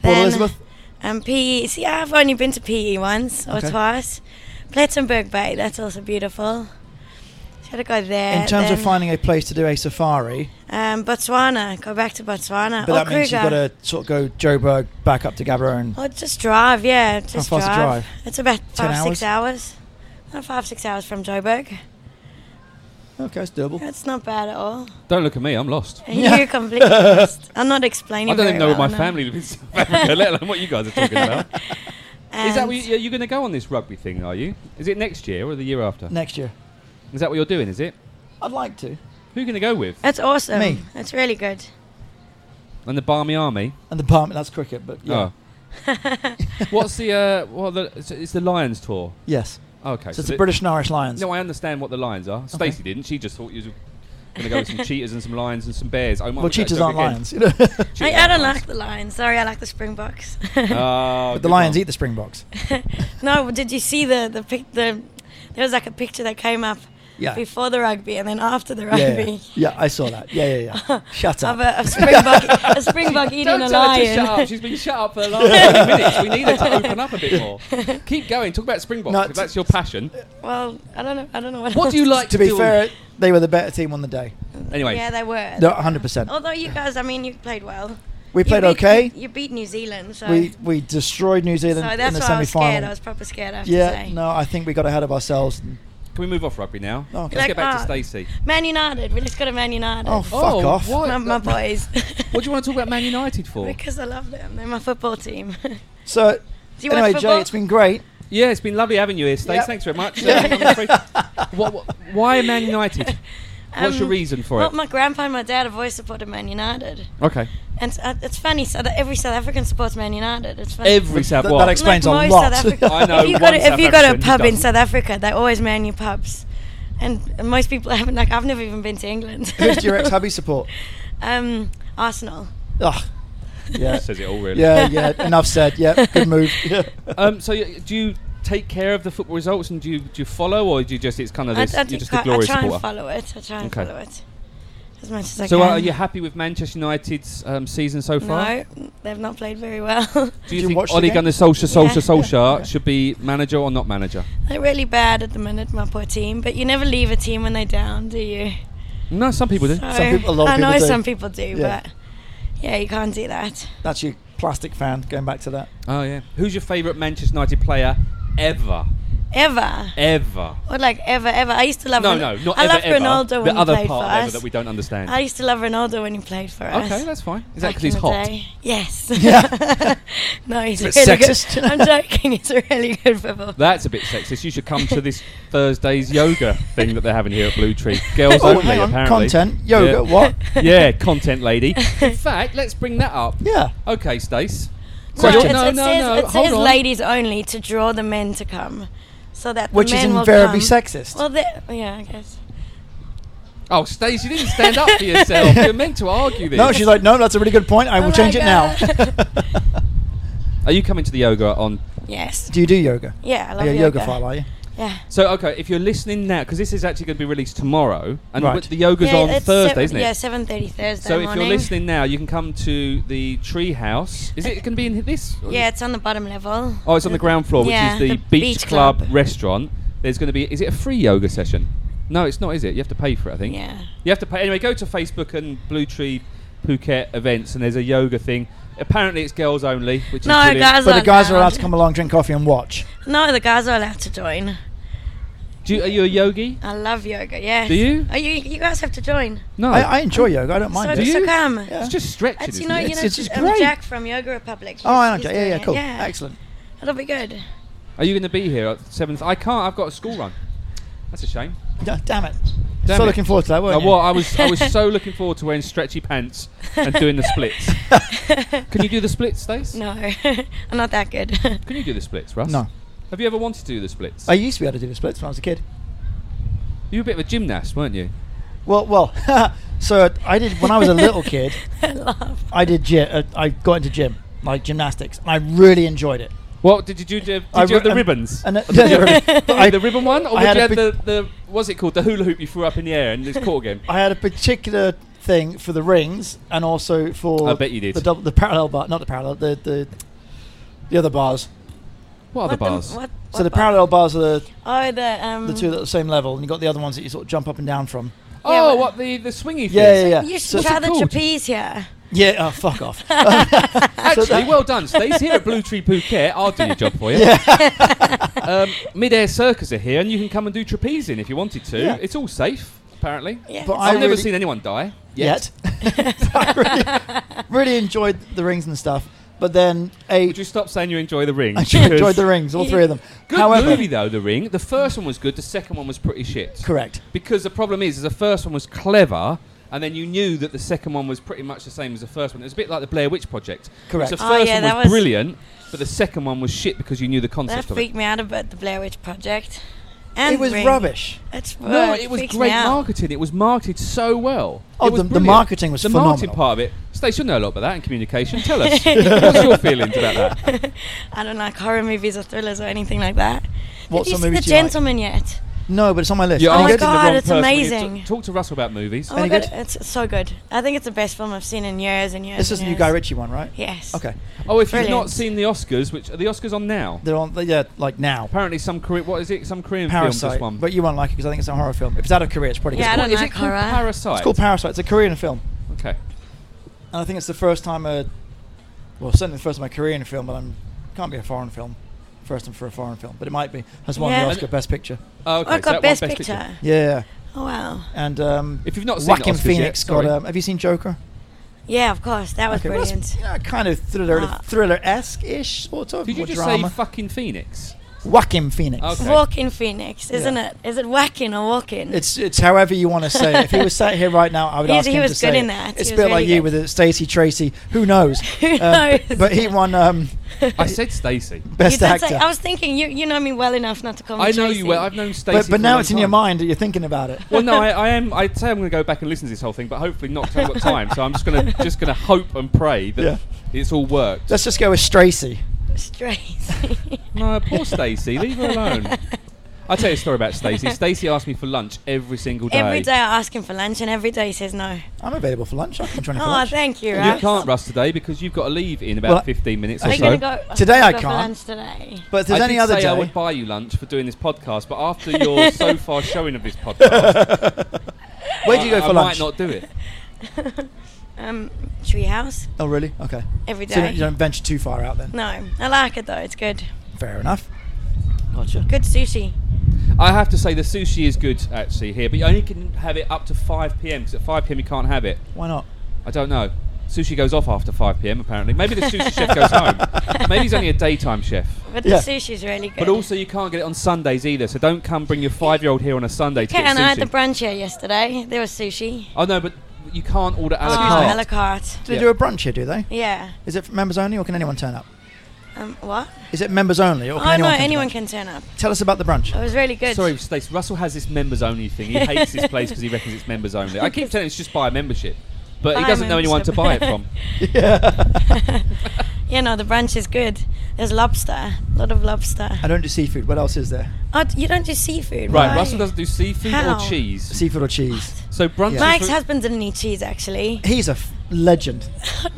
Port
Then,
Elizabeth.
Um, PE. See, I've only been to PE once or
Okay.
twice. Plattenberg Bay. That's also beautiful. So you got to go there.
In terms of
then,
finding a place to do a safari,
um, Botswana. Go back to Botswana.
but
or
that means you've got
Oh, Kruger.
to sort of go Joburg back up to Gaborone.
Well, just drive, yeah. Just
far's the
drive.
drive?
It's about five,
hours?
six hours. Not five, six hours from Joburg.
Okay, it's doable.
That's not bad
(laughs)
at all.
Don't look at me. I'm lost.
And
Yeah.
you completely lost. I'm not explaining.
I don't even
very
know where
well,
my
no.
family lives in South Africa, let alone what you guys are talking (laughs) about. Is that
And
what you, you're going to go on this rugby thing? Are you? Is it next year or the year after?
Next year,
Is that what you're doing? Is it?
I'd like to,
Who are you going to go with?
Um, That's awesome.
Me.
That's really good.
And the Barmy Army.
and the Palm. That's cricket, but
(laughs)
yeah,
Oh. What's the uh? What are the? so It's the Lions tour. Oh,
yes.
Okay.
So it's
the-
the British and Irish Lions.
No, I understand what the lions are. Stacey didn't. She just thought you was going to go
(laughs)
with some cheetahs and some lions and some bears. Oh, my
well,
God,
cheetahs
don't
aren't
again.
lions, you know. (laughs) but
Cheetahs
I, I
aren't
don't
lions.
like the lions. Sorry, I like the Springboks.
Oh,
the
good
lions
one.
eat the Springboks.
(laughs) no, but did you see the the pic? The there was like a picture that came up
Yeah.
before the rugby and then after the
Yeah, yeah,
rugby
yeah. Yeah, I saw that. Yeah,
(laughs)
yeah, yeah. (laughs) Shut up.
of a, a springbok
(laughs)
a springbok eating
Don't
a
tell her
lion.
to shut up.
(laughs)
She's been shut up for the (laughs) last 20 minutes. We need her to open up a
(laughs)
bit more. Keep going. Talk about Springboks.
No,
'cause that's your passion.
Well, I don't know. I don't know what.
What do you
else
like to,
to be
do?
fair, they were the better team on the day.
Anyway,
Yeah, they were.
No, 100%.
Although you guys, I mean, you played well.
We
Uh, oh, You
played
beat-
okay.
You, you beat New Zealand, so,
We we destroyed New
so
Zealand in
that's
the
why I was scared. I
semi-final.
was proper scared. I have
Yeah,
to say.
no, I think we got ahead of ourselves.
can we move off rugby now?
Oh, okay.
Let's get
Like,
back to
ah.
Stacey.
Man United. We just got a Man United.
Oh, fuck off!
What?
my, my boys.
oh, uh, what do you want to talk about Man United for?
because I love them. They're my football team. (laughs) do
So
you
anyway,
watch
Jay,
football?
it's been great.
Yeah, it's been lovely having you here, Stacey.
Yep.
Thanks very
(laughs)
much. Uh, what, what, why Man (laughs) United? What's your
Um,
reason for
Well,
it?
my grandpa and my dad have always supported Man United,
Okay.
and it's, uh, it's funny. So that every South African supports Man United. It's funny.
Every South
that
what?
ex- explains a
most
lot.
South
(laughs)
Africa-
I
(laughs)
know
if you
one
got a,
South
if you got a
African who
pub in
doesn't.
South Africa, they always man you pubs, and most people (laughs) haven't. Like I've never even been to England.
Who's do your ex-hubby support?
(laughs) um, Arsenal.
(laughs)
Ugh. Yeah,
says it all really.
yeah, yeah. Enough said. Yeah,
(laughs)
good move. Yeah.
Um, so y- do you take care of the football results and do you, do you follow or do you just it's kind of
I, I,
this,
think
you're just
I,
a
I
glorious
try and
supporter?
follow it. I try and
Okay.
follow it as much as I
So uh,
can.
are you happy with Manchester United's um, season so far?
no, they've not played very well. (laughs)
Do you
Did you
think
watch the
Ole
game?
Gunnar Solskjaer, Solskjaer,
Yeah.
Solskjaer
Yeah.
should be manager or not manager?
They're really bad at the minute, my poor team. But you never leave a team when they're down, do you?
No, some people do.
So,
Some people- a lot of
I know
people do.
some people do,
Yeah.
but yeah, you can't do that.
That's your plastic fan. Going back to that.
Oh yeah. Who's your favourite Manchester United player ever?
ever.
Ever.
Or like ever, ever. I used to love.
No,
Ron-
no, not
I
ever,
loved
ever.
Ronaldo
the
when he
other
played
part
for
of ever
us.
that we don't understand.
I used to love Ronaldo when he played for us.
okay, that's fine. Is that because
back
he's
in the
hot?
day. Yes.
Yeah.
(laughs)
(laughs)
no, he's
Bit
really
sexist.
good. I'm joking. He's a really good football.
That's a bit sexist. You should come to this Thursday's yoga thing that they're having here at Blue Tree. Girls
Oh,
only,
hang on.
apparently.
Content, yoga,
Yeah. (laughs)
what?
Yeah, content lady. In fact, let's bring that up.
Yeah.
Okay, Stace.
No,
Question-
it's-
no,
it
no,
says,
no,
It
hold
says
on.
ladies only to draw the men to come, so that
Which
the
is
men will
invariably
come.
sexist.
Well, the- yeah, I guess.
Oh, Stace, you didn't stand up for yourself. You're meant to argue this.
No, she's like, no, that's a really good point. I will
my
change it now.
Are you coming to the yoga on?
Yes.
(laughs) do you do yoga?
Yeah, I love
You're a
yoga.
yoga file, are you?
Yeah.
So okay, if you're listening now, because this is actually going to be released tomorrow, and
Right.
the yoga's
yeah,
on
it's
Thursday,
seven-
isn't it?
Yeah, seven thirty Thursday
So if
morning.
you're listening now, you can come to the tree house. Is it going to be in this?
Yeah, it's on the bottom level.
Oh, it's on the ground floor, which
Yeah,
is the,
the
Beach,
beach
Club,
club.
restaurant. There's going to be. Is it a free yoga session? No, it's not, is it? You have to pay for it, I think.
Yeah.
You have to pay. Anyway, go to Facebook and Blue Tree Phuket events, and there's a yoga thing. Apparently, it's girls only, which
No,
is brilliant.
guys
But the
aren't
guys are allowed
allowed.
to come along, drink coffee, and watch.
No, the guys are allowed to join.
Do you, are you a yogi?
I love yoga. Yes.
Do you?
Oh, you, you guys have to join.
No.
I, I enjoy yoga. I don't mind
so,
it.
Do
so
you?
come.
Yeah.
it's just stretching.
It's, you
isn't
know,
it?
you know,
It's- it's
um,
great.
Jack from Yoga Republic.
Oh, I
he's-
know.
he's
Yeah, yeah,
doing it.
cool.
Yeah.
Excellent. (laughs)
It'll be good. (laughs)
Are you going to be here at seventh? I can't. I've got a school run. That's a shame.
Yeah, Damn it.
Damn
so
it.
looking forward to that,
Now,
weren't you?
what I was, I was
(laughs)
so looking forward to wearing stretchy pants and doing the splits. Can you do the splits, Stace?
No, (laughs) I'm not that good.
Can you do the splits, Russ?
No.
Have you ever wanted to do the splits?
I used to be able to do the splits when I was a kid.
you were a bit of a gymnast, weren't you?
Well, well. (laughs) so I did when I was a little kid.
(laughs) I laugh.
I did. gy- Uh, I got into gym, like gymnastics, and I really enjoyed it.
What did you do? Did,
I
you have the
ri- and-
ribbons?
And uh, (laughs)
I,
I,
(laughs)
the ribbon one, or
I
did
had
you
a
have the,
big-
the what's it called? The hula hoop you threw up in the air and it's caught again.
I had a particular thing for the rings, and also for
I bet you did.
the double, the parallel bar, not the parallel, the the the other bars.
What are the bars?
what,
So
what
the
bar?
parallel bars are the,
Oh, the um.
the two that are the same level, and you got the other ones that you sort of jump up and down from.
oh,
Yeah, what-
what the the swingy thing?
Yeah, yeah, yeah.
You
So-
should try
it
the
called?
trapeze here.
Yeah, oh, fuck
(laughs)
off.
Actually,
that-
well done, Stace. Here at Blue Tree Phuket, I'll do your job for you. (laughs) um, Mid-air circus are here, and you can come and do trapezing if you wanted to.
Yeah.
It's all safe, apparently.
Yeah.
But I
I've never
really-
seen anyone die
Yet, (laughs) I really, really enjoyed the rings and stuff, but then a
Would you stop saying you enjoy the ring?
I enjoyed the rings, all three of them.
Good
However,
movie though, The Ring. The first one was good. The second one was pretty shit.
correct.
Because the problem is, is the first one was clever, and then you knew that the second one was pretty much the same as the first one. It was a bit like the Blair Witch Project.
Correct.
The first
Oh, yeah,
one
that
was,
was-
brilliant, but the second one was shit because you knew the
That
concept of it.
freaked me out about the Blair Witch Project. And
it was
Ring.
rubbish.
It's
No,
what
it was
freaks me
great
out.
marketing. It was marketed so well.
Oh,
It was
the- the
brilliant.
marketing was
the marketing
phenomenal.
part of it. Stace, you know a lot about that in communication. Tell
(laughs)
us what's your feelings about that.
Oh I don't like horror movies or thrillers or anything like that.
What
Did you
sort of
see
movies
The
do you like?
Gentleman yet?
No, but it's on my list.
You're
Oh my
asking
good?
the
God,
wrong
it's
person. You t-
amazing.
Talk to Russell about movies.
Oh my
Any
god,
good?
it's so good. I think it's the best film I've seen in years and years.
This is
and
the new
years.
Guy Ritchie one, right?
Yes.
Okay,
Oh, if you've not
Brilliant.
seen the Oscars, which are the Oscars on now?
they're on. Yeah, like now.
Apparently, some Korean. What is it? Some Korean film.
Parasite,
Just one.
but you won't like it because I think it's a horror film. If it's out of Korea, it's probably
Yeah, I
good.
don't
is
like
it called
horror.
Parasite?
It's called Parasite. It's a Korean film,
okay.
and I think it's the first time a, well, certainly the first time a Korean film, but I'm can't be a foreign film, first time for a foreign film, but it might be. Has won
Yeah.
the Oscar Best Picture.
Oh, okay.
Oh, I
so
got
that won
Best, picture.
Yeah,
Oh wow.
and um,
If you've not seen
Joaquin
Oscars
Phoenix
yet,
got.
sorry.
Um, have you seen Joker?
Yeah, of course. That was
Okay, well,
brilliant.
that's, you know, kind of thriller,
Ah.
thriller esque ish sort of.
Did you
more
just
drama.
say fucking Phoenix?
Joaquin Phoenix?
Okay.
Walking Phoenix, isn't
Yeah.
it? Is it whacking or walking?
It's it's however you want to say it. If he was sat here right now, I would
He's-
ask
he
him
was
to
good
say
in
it.
that.
It's a
He was
bit
really
like you
good.
with it, Stacy Tracy. Who knows?
(laughs) Who
Um,
knows?
but, but he won
(laughs)
um,
I said Stacey.
You
best
did
actor.
say- I was thinking you you know me well enough not to call me.
I know you
Tracy.
well. I've known Stacey.
but
for a
but now
long
it's in your
time.
mind that you're thinking about it.
Well, no, I, I am. I'd say I'm going to go back and listen to this whole thing, but hopefully not. 'cause I haven't got time, so I'm just going to just going to hope and pray that
Yeah.
it's all worked.
Let's just go with Stracy.
Tracy. (laughs)
No, poor Stacey. Leave her alone. I'll tell you a story about Stacey. Stacey asked me for lunch every single day.
every day I ask him for lunch, and every day he says no.
I'm available for lunch. I can join you for
Oh,
lunch.
thank you.
You
Russ.
can't, Russ, today because you've got to leave in about
Well,
15 minutes
Are
or
you
so.
gonna go oh,
Today
I've
I
got for
can't.
lunch today.
But if there's
I
any
did
other
say I
day,
would buy you lunch for doing this podcast, but after
(laughs)
your so far showing of this podcast,
where do you
I-
go for
I might
lunch?
not do it.
Um, treehouse
Oh, really? Okay.
every
So you
day.
don't- you don't venture too far out then.
no, I like it though. It's good.
Fair enough. Gotcha.
Good sushi.
I have to say the sushi is good actually here, but you only can have it up to 5 p.m. because at 5 p.m. you can't have it.
Why not?
I don't know. Sushi goes off after 5 p.m. apparently. Maybe the sushi chef goes
(laughs)
home. Maybe he's only a daytime chef.
But
Yeah.
the sushi's really good.
But also you can't get it on Sundays either, so don't come bring your five-year-old here on a Sunday to
Kat
get
and I had the
sushi.
brunch here yesterday. There was sushi.
oh no, but you can't order a la
Oh,
carte.
a la carte.
Do they
Yeah.
do a brunch here? Do they?
Yeah.
Is it for members only, or can anyone turn up?
Um, what?
Is it members only, or
Oh,
can
no,
anyone? come to
anyone
brunch?
can Uh. turn up.
Tell us about the brunch. (laughs)
It was really good.
Sorry, Stace. Russell has this members only thing. He hates this place because he reckons it's members only. I keep telling him it's just buy a membership, but he
Buy a
doesn't know anyone to buy it
membership.
from.
(laughs) Yeah, no, the brunch is good. There's lobster. A lot of lobster.
I don't do seafood. What else is there?
Oh, d- you don't do seafood,
Right,
right?
Russell doesn't do seafood
How?
or cheese.
Seafood or cheese?
So brunch.
Yeah.
My
is for-
ex-husband didn't eat cheese, (laughs) actually.
He's a f- legend.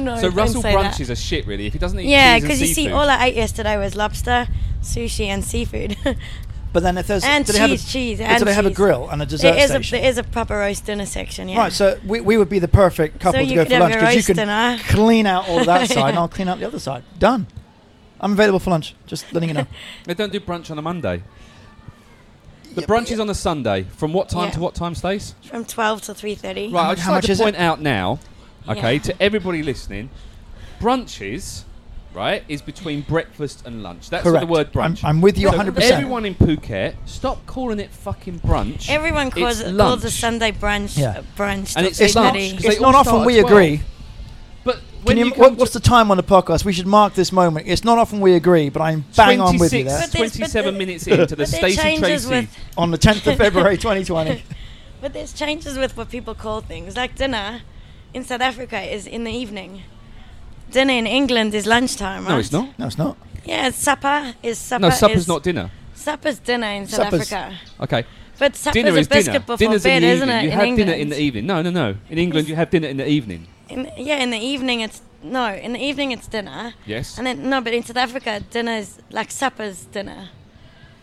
no,
so
don't
Russell
say that.
brunches are shit, really. If he doesn't eat cheese
Yeah,
and
because you see,
seafood-
all I ate yesterday was lobster, sushi, and seafood. (laughs)
But then if there's
and
do
cheese,
they have a,
cheese,
but
and
do they have a
cheese.
grill and a dessert
There is a,
station?
there is a proper roast dinner section, yeah.
Right, so we, we would be the perfect couple to
So you
go
could
for
have
lunch
your
because you
roast
can
dinner.
clean out all of
(laughs)
that side, and I'll clean out the other side. Done. I'm available for lunch. Just letting you
(laughs)
know.
They don't do brunch on a Monday. The brunch is on a Sunday. From what time
Yeah.
to what time, Stace?
From 12 to
Right,
3.30.
How-
I just
how
like
much
to
is it?
point out now, okay,
Yeah.
to everybody listening, brunches, right, is between breakfast and lunch. That's what
Correct.
the word
I'm,
brunch.
I'm with you
So
100. percent
Everyone in Phuket, stop calling it fucking brunch.
Everyone calls
It's
it
lunch.
calls a Sunday brunch
Yeah.
a brunch.
And
till
it's
It's not.
3:30.
lunch. They
It's
all
not often
start at
we
12.
agree.
But
Can
when
you,
you, come
what, what's the time on the podcast? We should mark this moment. It's not often we agree, but I'm
to
bang on with you
26,
there.
But there's- but
27
the-
minutes into the
But there
Stacey
changes
Tracy.
with-
On the 10th of February 2020.
But there's changes with what people call things. Like dinner in South Africa is in the evening. Dinner in England is lunchtime,
(laughs)
right?
no, it's not.
No, it's not.
Yeah, supper is supper.
No, supper's
is,
not dinner.
Supper's dinner in South
Supper's-
Africa.
Okay.
But supper's
dinner
a
is
biscuit
dinner.
before
Dinner's
bed,
in the
isn't
evening.
it?
You
in
have
England.
dinner in the evening. No, no, no. In England, you have dinner in the evening.
In- yeah, in the evening it's no. In the evening it's dinner.
Yes.
And then no, but in South Africa dinner is like supper's dinner.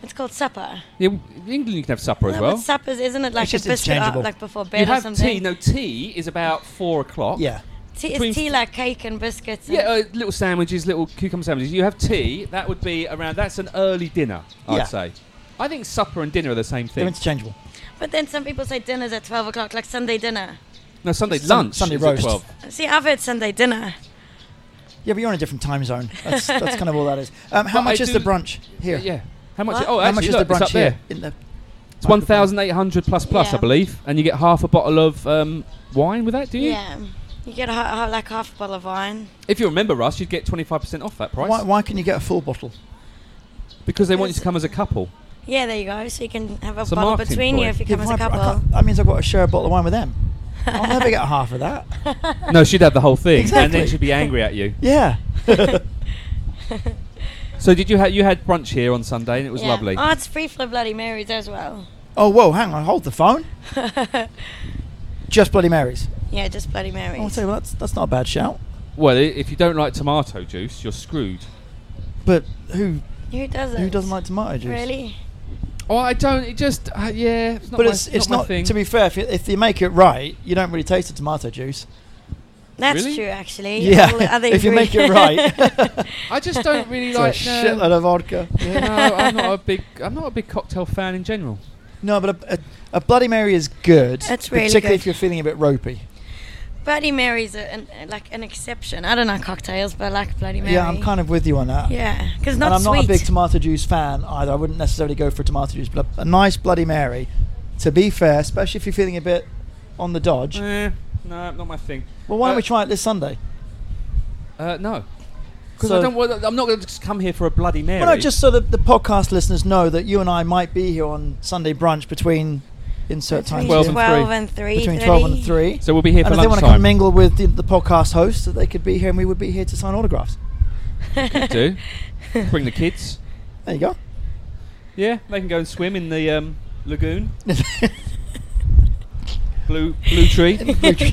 It's called supper.
Yeah, w- in England, you can have supper as
No,
well.
but supper's isn't it like
It's just
a biscuit
interchangeable.
uh, like before bed
You
or
have
something?
tea. No, tea is about four o'clock.
Yeah.
tea
between-
is tea like cake and biscuits. and-
Yeah, uh, little sandwiches, little cucumber sandwiches. You have tea. That would be around. That's an early dinner, I'd
Yeah.
say. I think supper and dinner are the same
They're
thing.
interchangeable.
But then some people say dinner's at 12 o'clock, like Sunday dinner.
No, Sunday
Sun-
lunch.
Sunday
is at
roast.
12.
See, I've heard Sunday dinner.
Yeah, but you're on a different time zone.
(laughs)
That's, that's kind of all that is. Um, how
But
much
I
is
do-
the brunch here?
Yeah. How much?
What?
Oh,
How
actually,
much is
look,
the brunch
it's up
here?
there.
In the
It's one thousand eight hundred plus plus, I
Yeah.
believe, and you get half a bottle of um, wine with that, do you?
Yeah. You get a, ho- ho- like half a bottle of wine.
If you remember, Russ, you'd get twenty five percent off that price
Why, why can you get a full bottle?
because they want you to
It's-
come as a couple.
Yeah, there you go. So you can have a
It's a
bottle
marketing
between
ploy.
you if you
Yeah,
come
why-
as a
I
couple.
can't- that means I've got to share a bottle of wine
(laughs)
with them. I'll never get half of that.
no, she'd have the whole thing, and then
Exactly.
she'd be angry at you.
Yeah. (laughs)
So did you ha- you had brunch here on Sunday and it was
Yeah.
lovely.
Oh, it's free for Bloody Marys as well. (laughs)
Oh, whoa, hang on, hold the phone. Just Bloody Marys.
Yeah, just Bloody Marys.
I'll tell you, well, that's, that's not a bad shout.
Well, i- if you don't like tomato juice, you're screwed.
But who
Who doesn't?
who doesn't like tomato juice?
Really?
Oh, I don't. It just uh, yeah. It's not
But
my,
it's, it's
my
not,
thing.
to be fair, if you, if you make it right, you don't really taste the tomato juice.
That's
Really?
true, actually.
Yeah,
All the
(laughs)
other
if you make it right.
ingredients-
(laughs) I just don't really
It's a
like.
shitload
No,
of vodka.
(laughs)
(laughs)
no, I'm not a big. I'm not a big cocktail fan in general.
No, but a, a, a Bloody Mary is good.
That's really
Particularly
good.
if you're feeling a bit ropey.
(laughs) Bloody Marys are an, uh, like an exception. I don't know cocktails, but I like Bloody Mary.
Yeah, I'm kind of with you on that.
Yeah, because not
and I'm
sweet.
not a big tomato juice fan either. I wouldn't necessarily go for tomato juice, but a, a nice Bloody Mary, to be fair, especially if you're feeling a bit on the dodge.
Mm.
Eh, no, not my thing.
Well, why don't
Uh,
we try it this Sunday?
Uh, no, because
So-
I don't. wa- I'm not going to just come here for a bloody mary.
Well, no, just so that the podcast listeners know that you and I might be here on Sunday brunch between insert time
Between
Twelve
here.
and
12 and 3.
between twelve and
(laughs)
three.
So we'll be here
and
for
if they want to come
lunchtime.
mingle with the, the podcast hosts, that they could be here and we would be here to sign autographs.
do. Bring the kids.
There you go.
Yeah, they can go and swim in the um,
(laughs)
lagoon. blue blue
(laughs)
tree.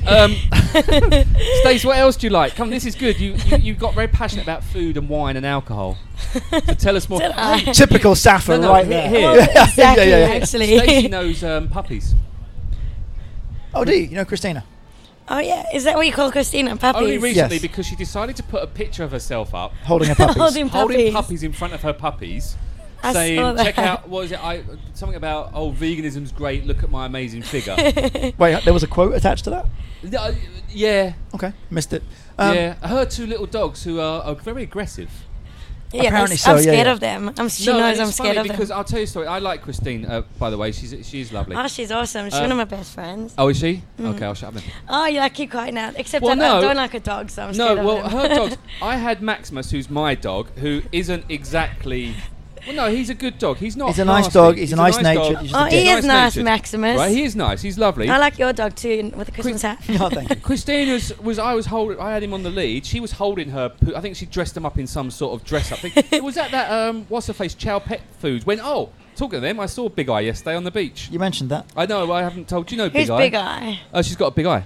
um, (laughs) Stace, what else do you like? Come, this is good. You, you you got very passionate about food and wine and alcohol. So (laughs) tell us more.
Did (laughs) I?
Typical Sappho
No, no,
right
he-
there.
here.
(laughs) Yeah,
Well,
yeah, yeah,
Oh, exactly,
yeah.
actually.
Stacey knows um, puppies.
Oh, do you? You know Christina?
Oh yeah, is that what you call Christina puppies?
Only recently
Yes.
because she decided to put a picture of herself up (laughs)
Holding a puppy.
(laughs) Holding puppies.
holding puppies in front of her puppies
I saw
saying,
that.
"Check out what is it? I something about oh veganism's great. Look at my amazing
(laughs)
figure."
Wait, there was a quote attached to that?
Uh, yeah,
Okay, missed it. Um,
yeah. Her two little dogs who are, are very aggressive.
Yeah, they-
Apparently
I'm
so, yeah,
scared
yeah.
of them. I'm, she
and
knows
it's
I'm scared
funny
of
because
them.
I'll tell you a story. I like Christine, uh, by the way. She's she's lovely.
Oh, she's awesome. She's
Uh,
one of my best friends.
Oh, is she?
Mm-hmm.
Okay, I'll shut up then.
Oh, yeah, I keep quiet now. Except
Well,
I, I
no.
don't like a dog, so I'm
No,
scared of
well,
them.
her
(laughs)
dogs. I had Maximus, who's my dog, who isn't exactly. Well, no, he's a good dog. He's not.
He's a nice
nasty.
dog, he's a nice
dog.
natured- he's just
oh,
a dick.
he is nice,
natured.
Maximus.
Right, he is nice. He's lovely.
I like your dog too, with the
(laughs)
Christmas hat.
(laughs) oh, thank you.
Christina's was I was holding. I had him on the lead. She was holding her. Poo- I think she dressed him up in some sort of dress up
(laughs)
thing. it was at that um, what's her face Chow Pet Foods. When oh, talking to them, I saw Big Eye yesterday on the beach.
You mentioned that.
I know. I haven't told you. Know Big
Who's
Eye?
Big Eye?
Oh, she's got a big eye.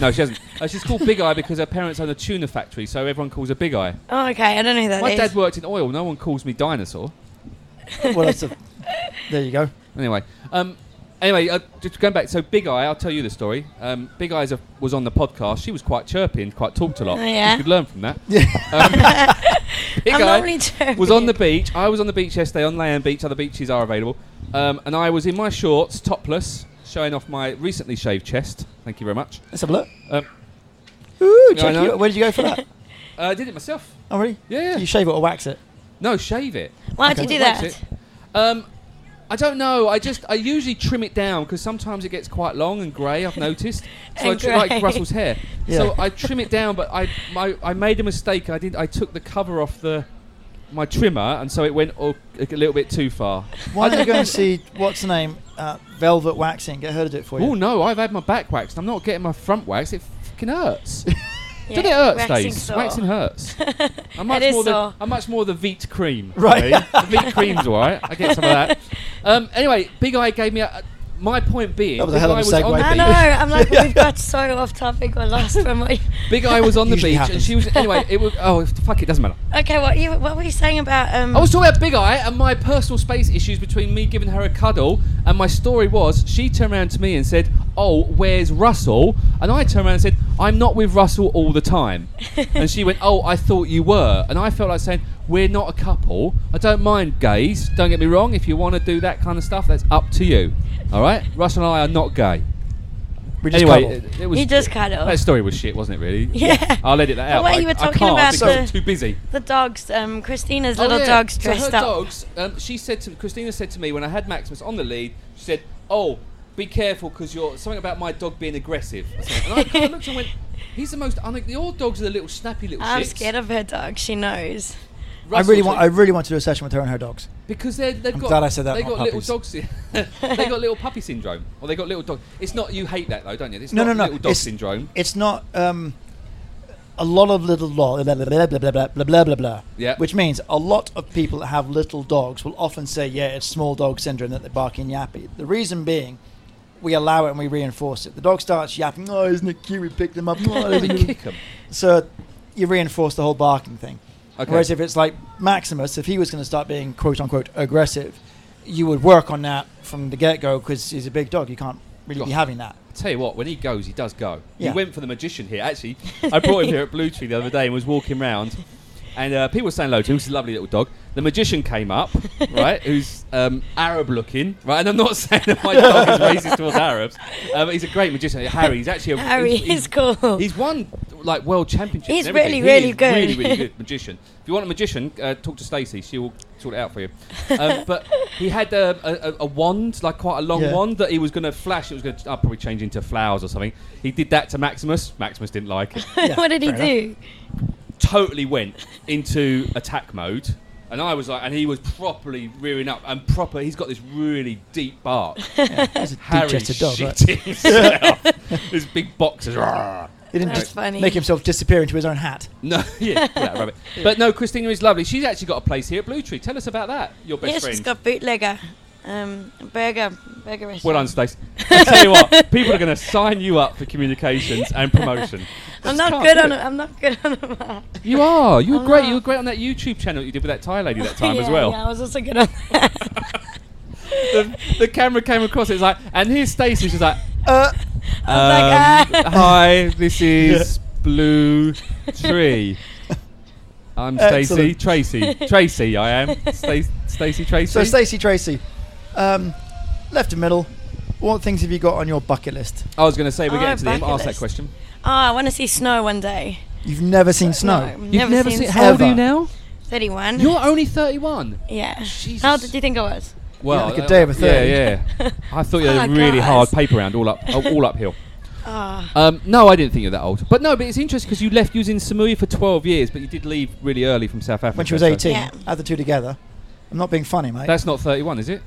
No, she hasn't. Uh, she's called Big Eye because her parents own a tuna factory, so everyone calls her Big Eye.
Oh, okay. I don't know who that is.
My dad worked in oil. No one calls me dinosaur.
Well, that's a, there you go.
Anyway, um, anyway, uh, just going back. So Big Eye, I'll tell you the story. Um, Big Eye was on the podcast. She was quite chirpy and quite talked a lot.
Oh, yeah?
You could learn from that.
(laughs) Yeah.
(laughs)
Um, Big
I'm
Eye
normally joking.
was on the beach. I was on the beach yesterday on Land Beach. Other beaches are available. Um, and I was in my shorts, topless, showing off my recently shaved chest. Thank you very much.
Let's have a look.
Um,
Ooh,
Yeah, I
check
know.
you. Where did you go
(laughs)
for that?
Uh, I did it myself.
Oh, really?
Yeah.
Do you shave it or wax it?
No, shave it.
Why'd you
Okay.
do
Wax
that?
it. Um, I don't know. I just I usually trim it down because sometimes it gets quite long and grey. I've
(laughs)
noticed. So I
And
tr-
grey.
like Russell's
(laughs)
hair. So
Yeah.
I trim it down, but I my, I made a mistake. I did. I took the cover off the my trimmer, and so it went all, a little bit too
(laughs)
far.
Why don't you go
(laughs)
and see what's the name? Uh, Velvet Waxing. Get her to do it for you.
Oh no! I've had my back waxed. I'm not getting my front waxed. It fucking hurts. (laughs)
Yeah,
Doesn't it hurt,
waxing
Stace?
sore.
Waxing
(laughs)
hurts. I'm much
It is
more the
sore.
I'm much more the Veet cream.
(laughs) Right.
okay? the Veet cream's all right. I get some of that. Um, anyway, Big Eye gave me a. a- my point being,
That was a
Big
hell of
Eye
a
was on
segue.
the
I
beach.
know.
(laughs)
I'm like, we've got so off topic or lost from what. You, (laughs)
Big Eye was on the
(laughs) Usually
beach, and she was anyway. It was oh fuck, it doesn't matter.
okay, what you what were you saying about um?
I was talking about Big Eye and my personal space issues between me giving her a cuddle, and my story was she turned around to me and said, "Oh, where's Russell?" And I turned around and said, "I'm not with Russell all the
(laughs)
time." and she went, "Oh, I thought you were," and I felt like saying, "We're not a couple. I don't mind gays. Don't get me wrong. If you want to do that kind of stuff, that's up to you. All right, Russell and I are not gay."
We just
anyway,
cuddled.
it, it was
you just cuddle.
that story was shit, wasn't it? Really?
Yeah.
I'll edit that out.
way
I-
you were
I
talking
can't
about
because I'm
the-
too busy.
the dogs, um, Christina's
Oh,
little
yeah.
dogs
So
dressed
her
up.
dogs. Um, she said to Christina said to me when I had Maximus on the lead. She said, "Oh, be careful because you're something about my dog being aggressive." or something. And I kind of looked and went, "He's the most un- your dogs are the little snappy little
I'm
shits."
scared of her dog. She knows.
I
Russell's
really want. I
like-
really want to do a session with her and her dogs.
because they're, they've
I'm
got.
glad I said that,
They
not
got
puppies.
little dog. sy- (laughs) they got little puppy syndrome, or they got little dog. It's not you hate that though, don't you? It's
No,
not
no, no.
Little dog
it's,
syndrome.
It's not. Um, a lot of little law, blah blah blah blah blah blah blah blah blah. blah.
Yeah.
Which means a lot of people that have little dogs will often say, "Yeah, it's small dog syndrome that they bark and yappy." The reason being, we allow it and we reinforce it. The dog starts yapping. Oh, isn't it cute? We
(laughs)
picked him up. Oh,
They
isn't it
kick 'em.
So you reinforce the whole barking thing.
Okay.
Whereas if it's like Maximus, if he was going to start being quote unquote aggressive, you would work on that from the get go because he's a big dog. You can't really
Got-
be having that.
Tell you what, when he goes, he does go.
Yeah.
He went for the magician here. Actually, I brought him here at Blue Tree the other day and was walking round, and uh, people were saying hello to him. He's a lovely little dog. The magician came
(laughs)
up, right? Who's um, Arab looking, right? And I'm not (laughs) saying that my dog is racist towards Arabs. Um, he's a great magician. Harry, he's actually a
Harry
he's- he's-
is cool.
He's won like world championships.
He's
and everything.
really, really
He is
good.
Really,
(laughs)
really good magician. If you want a magician, uh, talk to Stacey. She will sort it out for you.
(laughs)
Um, but he had a, a, a- a wand, like quite a long
Yeah.
wand, that he was going to flash. It was going to I'll probably change into flowers or something. He did that to Maximus. Maximus didn't like
(laughs)
it.
Yeah,
what did he
fair
do?
totally went into attack mode. And I was like, and he was properly rearing up, and proper. He's got this really deep
(laughs)
bark.
He's a
(laughs) Harry
deep-chested dog. right?
shitting
(laughs)
himself. His big boxes.
He didn't
That's
just
funny.
make himself disappear into his own hat.
No, (laughs) yeah, that rabbit. But no, Christina is lovely. She's actually got a place here at Blue Tree. Tell us about that. Your best
Yes,
friend.
she's got bootlegger, um, burger, burger restaurant.
well done, Stace.
(laughs)
I tell you what, people are going to sign you up for communications and promotion. Just
I'm not
can't
good
do
on.
it.
A, I'm not good on a mic.
You are. You were
I'm
great.
not.
You were great on that YouTube channel you did with that Thai lady that time
yeah,
as well.
Yeah, I was also good on (laughs) that.
The, the camera came across. It's like, and here's Stacey. She's
(laughs)
like,
Uh,
I was like, "Ah." (laughs)
um, hi, this is Blue Tree.
(laughs)
I'm Stacey
Excellent.
Tracy. Tracy, I am. Sta- Stacey Tracy.
So Stacey Tracy, um, left and middle. What things have you got on your bucket list?
I was going to say we're
Oh,
getting to the end.
bucket
Ask that
list.
question.
Oh, I want to see snow one day.
You've never seen snow.
I've
You've never seen.
seen
How old are you
ever.
(laughs)
now?
31.
You're only 31.
yeah.
Jesus.
How old did you think I was?
Well, uh,
like a day of a third.
Yeah,
(laughs)
yeah. I thought you had a
Oh,
really
guys.
hard paper round,
(laughs)
all up, oh, all uphill.
Oh,
Um, no, I didn't think you were that old. But no, but it's interesting because you left. You was in Samui for 12 years, but you did leave really early from South Africa.
When she was
so-
18,
Yeah.
add the two together. I'm not being funny, mate.
That's not 31, is it?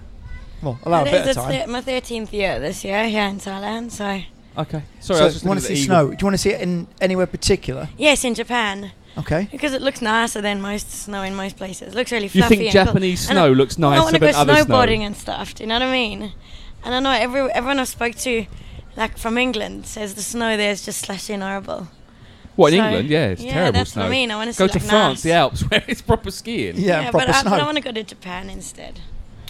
well, allow a
it
bit
is.
of
It's
time.
thir- my 13th year this year here in Thailand. So,
Okay. Sorry, I
So,
was
you
just
want to
looking
see
at the
snow?
eagle.
Do you want to see it in anywhere particular?
yes, in Japan.
Okay.
Because it looks nicer than most snow in most places. It looks really
You
fluffy.
think
and cool.
Japanese
And
snow
I-
looks
I want
nicer
to go
than other snow?
snowboarding and stuff. Do you know what I mean? And I know every, everyone I spoke to, like from England, says the snow there is just slashing horrible.
What in
So-
England? Yeah, it's
yeah,
terrible
that's
snow.
what I mean. I wanna
go
see,
to
like,
France,
nice.
the Alps, (laughs) where it's proper skiing.
Yeah, proper
but I,
snow.
but I want to go to Japan instead.